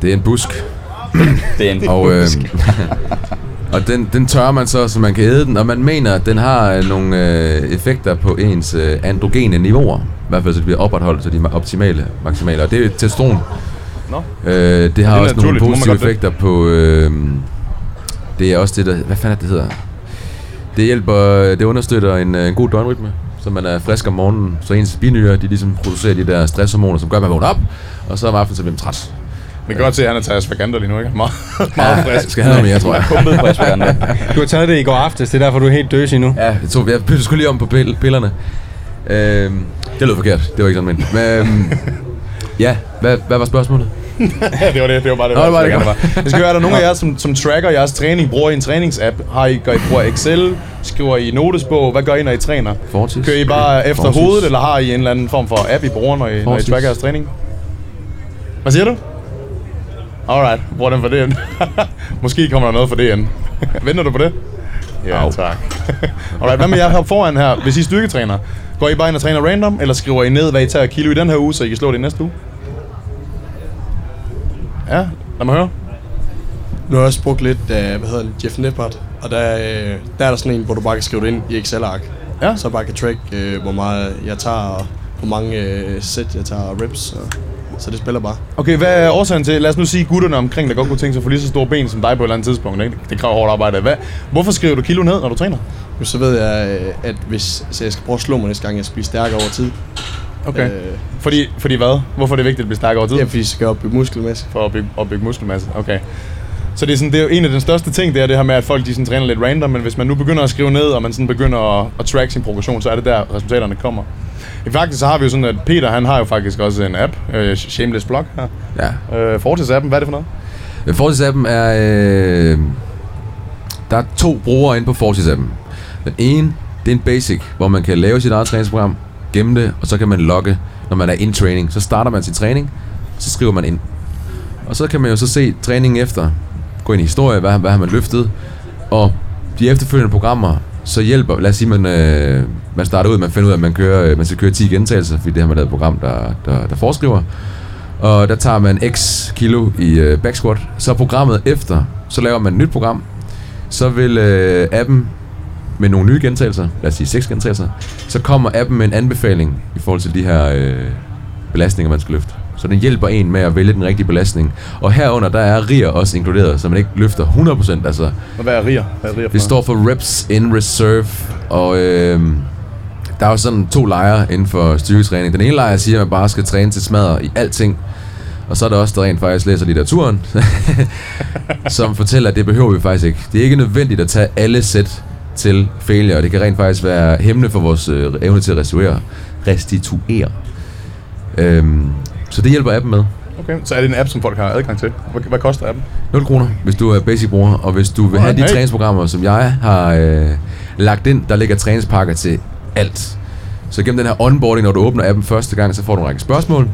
Det er en busk.
det er en
og, øhm, øh,
busk.
og den, den tørrer man så, så man kan æde den, og man mener, at den har øh, nogle øh, effekter på ens øh, androgene niveauer. I hvert fald, så de bliver opretholdt, så de er optimale, maksimale. Og det er testosteron.
Nå.
Øh, det
er
har det også nogle
naturligt, må man
positive
godt det.
effekter på... Øh, det er også det, der... Hvad fanden er det, det hedder? Det hjælper... Det understøtter en, øh, en god døgnrytme, så man er frisk om morgenen, så ens binyrer, de ligesom producerer de der stresshormoner, som gør, at man vågner op, og så om aftenen, så bliver man træt.
Vi kan godt se, at han er taget ashwagandha lige nu, ikke? Meget,
Ja,
meget frisk.
skal have noget mere, tror jeg.
Pumpet på ashwagandha.
Du har taget det i går aftes, det er derfor, du er helt døsig nu.
Ja, jeg, tog, jeg pyttede skulle lige om på pill- pillerne. Øhm, det lød forkert, det var ikke sådan, men... men øhm, ja, hvad, hvad var spørgsmålet?
det var det, det var bare det.
Nå, det var det,
ashwagandha
godt.
var. Det skal være, er der nogen af jer, som, som tracker jeres træning, bruger I en træningsapp? Har I, gør I bruger Excel? Skriver I notesbog? Hvad gør I, når I træner?
Fortis.
Kører I bare efter
Fortis.
hovedet, eller har I en eller anden form for app, I bruger, når I, når I
Fortis.
tracker jeres træning? Hvad siger du? Alright, bruger den for det Måske kommer der noget for det end. Venter du på det? Ja, Au. tak. Alright, hvad med jer her foran her? Hvis I er styrketræner, går I bare ind og træner random, eller skriver I ned, hvad I tager kilo i den her uge, så I kan slå det i næste uge? Ja, lad mig høre.
Nu har jeg også brugt lidt af, hvad hedder det, Jeff Lippert, og der, øh, der er der sådan en, hvor du bare kan skrive det ind i Excel-ark.
Ja.
Så jeg bare kan track, øh, hvor meget jeg tager, og hvor mange øh, sæt jeg tager og reps, og, så det spiller bare.
Okay, hvad er årsagen til, lad os nu sige gutterne omkring, der godt kunne tænke sig at få lige så store ben som dig på et eller andet tidspunkt, ikke? Det kræver hårdt arbejde. Hvad? Hvorfor skriver du kilo ned, når du træner?
Men så ved jeg, øh, at hvis så jeg skal prøve at slå mig næste gang, jeg skal blive stærkere over tid.
Okay.
Øh,
Fordi, fordi hvad? Hvorfor er det vigtigt at blive stærk over tid?
Ja, fordi så skal jeg opbygge muskelmasse.
For at bygge, opbygge muskelmasse, okay. Så det er, sådan, det er jo en af den største ting, det er det her med, at folk de sådan, træner lidt random, men hvis man nu begynder at skrive ned, og man sådan begynder at, at track sin progression, så er det der, resultaterne kommer. I faktisk så har vi jo sådan, at Peter, han har jo faktisk også en app, øh, Shameless Blog her.
Ja.
Øh, Fortis-appen, hvad er det for noget?
Øh, Fortis-appen er... Øh, der er to brugere inde på Fortis-appen. Den ene, det er en basic, hvor man kan lave sit eget træningsprogram, gemme det, og så kan man logge, når man er in training. Så starter man sin træning, så skriver man ind. Og så kan man jo så se træningen efter, gå ind i historie, hvad, hvad har man løftet, og de efterfølgende programmer, så hjælper, lad os sige, man, øh, man starter ud, man finder ud af, at man, kører, øh, man skal køre 10 gentagelser, fordi det har man lavet et program, der, der, der foreskriver. Og der tager man x kilo i øh, back squat. Så programmet efter, så laver man et nyt program, så vil øh, appen med nogle nye gentagelser, lad os sige seks gentagelser, så kommer appen med en anbefaling i forhold til de her øh, belastninger, man skal løfte. Så den hjælper en med at vælge den rigtige belastning. Og herunder, der er rier også inkluderet, så man ikke løfter 100%. Altså,
Og hvad er riger? Hvad er riger for
hein.
det står for Reps in Reserve, og øh, der er jo sådan to lejre inden for styrketræning. Den ene lejr siger, at man bare skal træne til smadre i alting, og så er der også der rent faktisk læser litteraturen, som fortæller, at det behøver vi faktisk ikke. Det er ikke nødvendigt at tage alle sæt til failure, og det kan rent faktisk være hæmmende for vores øh, evne til at restituere. restituere. Øhm, så det hjælper appen med.
Okay, så er det en app, som folk har adgang til. Hvad, hvad koster appen?
0 kroner, hvis du er basic bruger, og hvis du vil have de
Okay.
træningsprogrammer, som jeg har øh, lagt ind, der ligger træningspakker til alt. Så gennem den her onboarding, når du åbner appen første gang, så får du en række spørgsmål.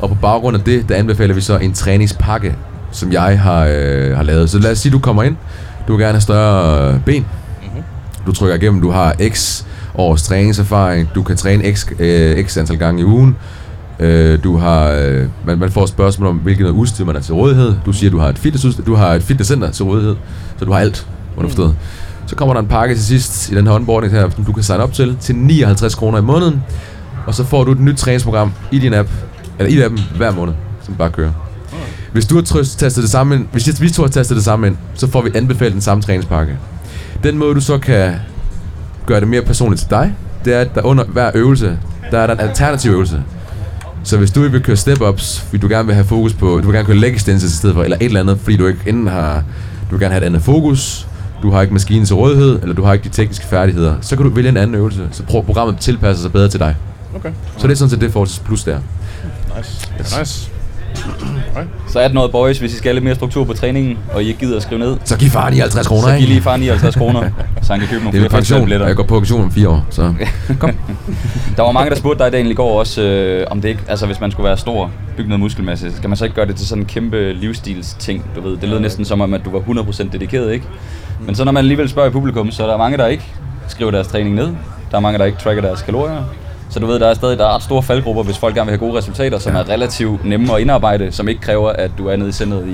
Og på baggrund af det, der anbefaler vi så en træningspakke, som jeg har, øh, har lavet. Så lad os sige, du kommer ind, du vil gerne have større øh, ben, du trykker igennem, du har x års træningserfaring, du kan træne x, øh, x antal gange i ugen, øh, du har, øh, man, man får et spørgsmål om, hvilket noget udstyr man har til rådighed, du siger, du har et fitnessudstyr, du har et fitnesscenter til rådighed, så du har alt underforstået. Så kommer der en pakke til sidst i den her onboarding her, som du kan signe op til, til 59 kroner i måneden, og så får du et nyt træningsprogram i din app, eller i appen hver måned, som bare kører. Hvis du har trøst tastet det samme ind, hvis jeg- vi to har tastet det samme ind, så får vi anbefalet den samme træningspakke. Den måde, du så kan gøre det mere personligt til dig, det er, at der under hver øvelse, der er der en alternativ øvelse. Så hvis du ikke vil køre step-ups, fordi du gerne vil have fokus på, du vil gerne køre leg extensions i stedet for, eller et eller andet, fordi du ikke enten har, du vil gerne have et andet fokus, du har ikke maskinen til rådighed, eller du har ikke de tekniske færdigheder, så kan du vælge en anden øvelse, så prøv programmet tilpasser sig bedre til dig.
Okay.
Så det er sådan set det Forces Plus der.
Nice. Nice. Okay.
Så er det noget, boys, hvis I skal have lidt mere struktur på træningen, og I ikke gider at skrive ned.
Så giv far 59 kroner,
Så giv
ikke?
lige far 59 kroner, så han kan
Det er
købe nogle
min
flere
pension,
festivalbilletter.
og jeg går på pension om fire år, så kom.
Der var mange, der spurgte dig dagen i går også, øh, om det ikke, altså hvis man skulle være stor, bygge noget muskelmasse, skal man så ikke gøre det til sådan en kæmpe livsstilsting, du ved? Det lød næsten som om, at du var 100% dedikeret, ikke? Men så når man alligevel spørger i publikum, så er der mange, der ikke skriver deres træning ned. Der er mange, der ikke tracker deres kalorier. Så du ved, der er stadig der er ret store faldgrupper, hvis folk gerne vil have gode resultater, som er relativt nemme at indarbejde, som ikke kræver, at du er nede i sendet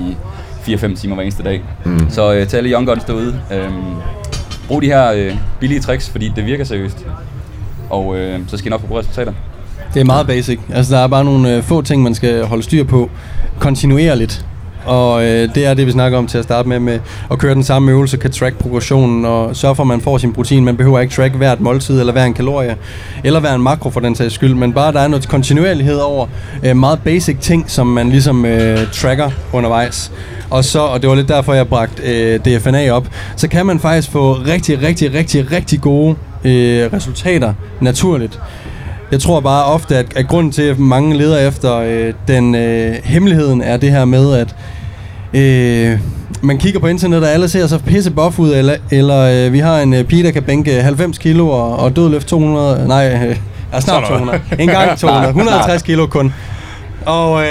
i 4-5 timer hver eneste dag.
Mm.
Så øh, til alle young guns derude, øh, brug de her øh, billige tricks, fordi det virker seriøst. Og øh, så skal I nok få gode resultater.
Det er meget basic. Altså, der er bare nogle øh, få ting, man skal holde styr på kontinuerligt. Og øh, det er det, vi snakker om til at starte med, med at køre den samme øvelse, kan track progressionen og sørge for, at man får sin protein. Man behøver ikke track hvert måltid, eller hver en kalorie, eller hver en makro for den sags skyld, men bare der er noget kontinuerlighed over øh, meget basic ting, som man ligesom øh, tracker undervejs. Og så, og det var lidt derfor, jeg bragte øh, DFNA op, så kan man faktisk få rigtig, rigtig, rigtig, rigtig gode øh, resultater naturligt. Jeg tror bare ofte, at, at grunden til, at mange leder efter øh, den øh, hemmeligheden, er det her med, at øh, man kigger på internettet, og alle ser så pisse buff ud, eller, eller øh, vi har en øh, pige, der kan bænke 90 kilo og, og død løft 200, nej, øh, er snart
Sådan noget.
200, en gang 200, 150 kilo kun. Og, øh,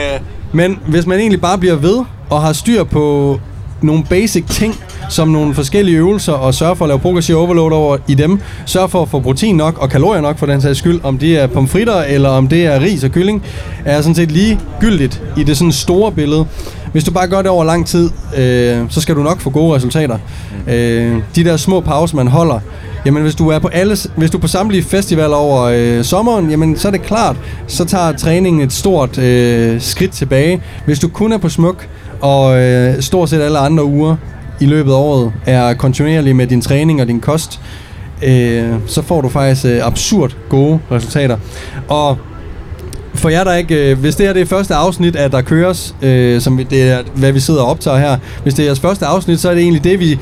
men hvis man egentlig bare bliver ved og har styr på nogle basic ting, som nogle forskellige øvelser, og sørger for at lave progressiv overload over i dem, sørger for at få protein nok og kalorier nok for den sags skyld, om det er pomfritter eller om det er ris og kylling, er sådan set ligegyldigt i det sådan store billede. Hvis du bare gør det over lang tid, øh, så skal du nok få gode resultater. Øh, de der små pauser, man holder, Jamen hvis du er på alle, hvis du er på samtlige festivaler over øh, sommeren, jamen så er det klart, så tager træningen et stort øh, skridt tilbage. Hvis du kun er på smuk og øh, stort set alle andre uger i løbet af året er kontinuerlig med din træning og din kost, øh, så får du faktisk øh, absurd gode resultater. Og for jer der ikke, øh, hvis det her det er første afsnit af Der Køres, øh, som vi- det er, hvad vi sidder og optager her, hvis det er jeres første afsnit, så er det egentlig det, vi,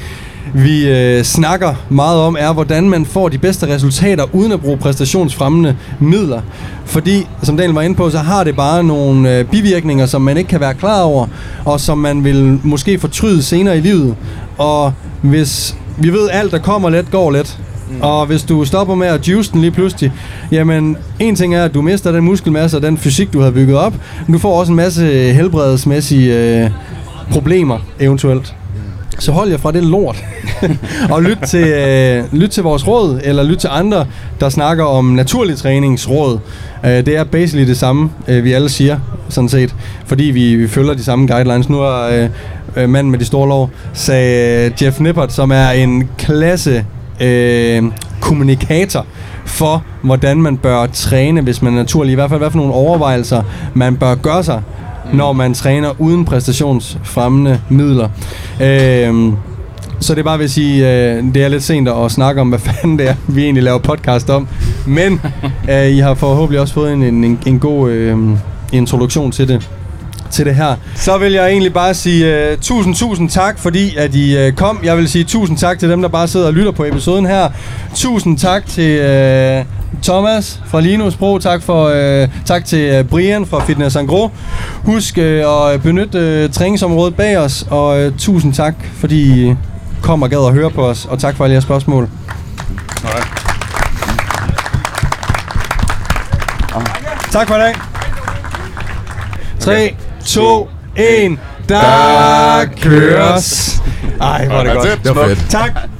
vi øh, snakker meget om, er hvordan man får de bedste resultater uden at bruge præstationsfremmende midler. Fordi, som Daniel var inde på, så har det bare nogle øh, bivirkninger, som man ikke kan være klar over, og som man vil måske fortryde senere i livet. Og hvis vi ved, alt der kommer let, går let. Mm. Og hvis du stopper med at juice den lige pludselig, jamen en ting er, at du mister den muskelmasse og den fysik, du har bygget op, men du får også en masse helbredelsesmæssige øh, problemer eventuelt. Så hold jer fra det lort, og lyt til, øh, lyt til vores råd, eller lyt til andre, der snakker om naturlig træningsråd. Øh, det er basically det samme, øh, vi alle siger, sådan set, fordi vi, vi følger de samme guidelines. Nu har øh, øh, manden med de store lår, sagde øh, Jeff Nippert, som er en klasse øh, kommunikator for, hvordan man bør træne, hvis man er naturlig. I hvert fald, hvad for nogle overvejelser man bør gøre sig, mm. når man træner uden præstationsfremmende midler. Øh, så det er bare ved at sige, øh, det er lidt sent at snakke om, hvad fanden det er, vi egentlig laver podcast om. Men øh, I har forhåbentlig også fået en, en, en god øh, introduktion til det til det her. Så vil jeg egentlig bare sige uh, tusind, tusind tak, fordi at I uh, kom. Jeg vil sige tusind tak til dem, der bare sidder og lytter på episoden her. Tusind tak til uh, Thomas fra Linus Pro. Tak, for, uh, tak til uh, Brian fra Fitness Angro. Husk uh, at benytte uh, træningsområdet bag os, og uh, tusind tak, fordi I kom og gad at høre på os, og tak for alle jeres spørgsmål. Tak for i dag. 3, 2, 1. Der køres. Ej, hvor er det godt.
Det var fedt.
Tak.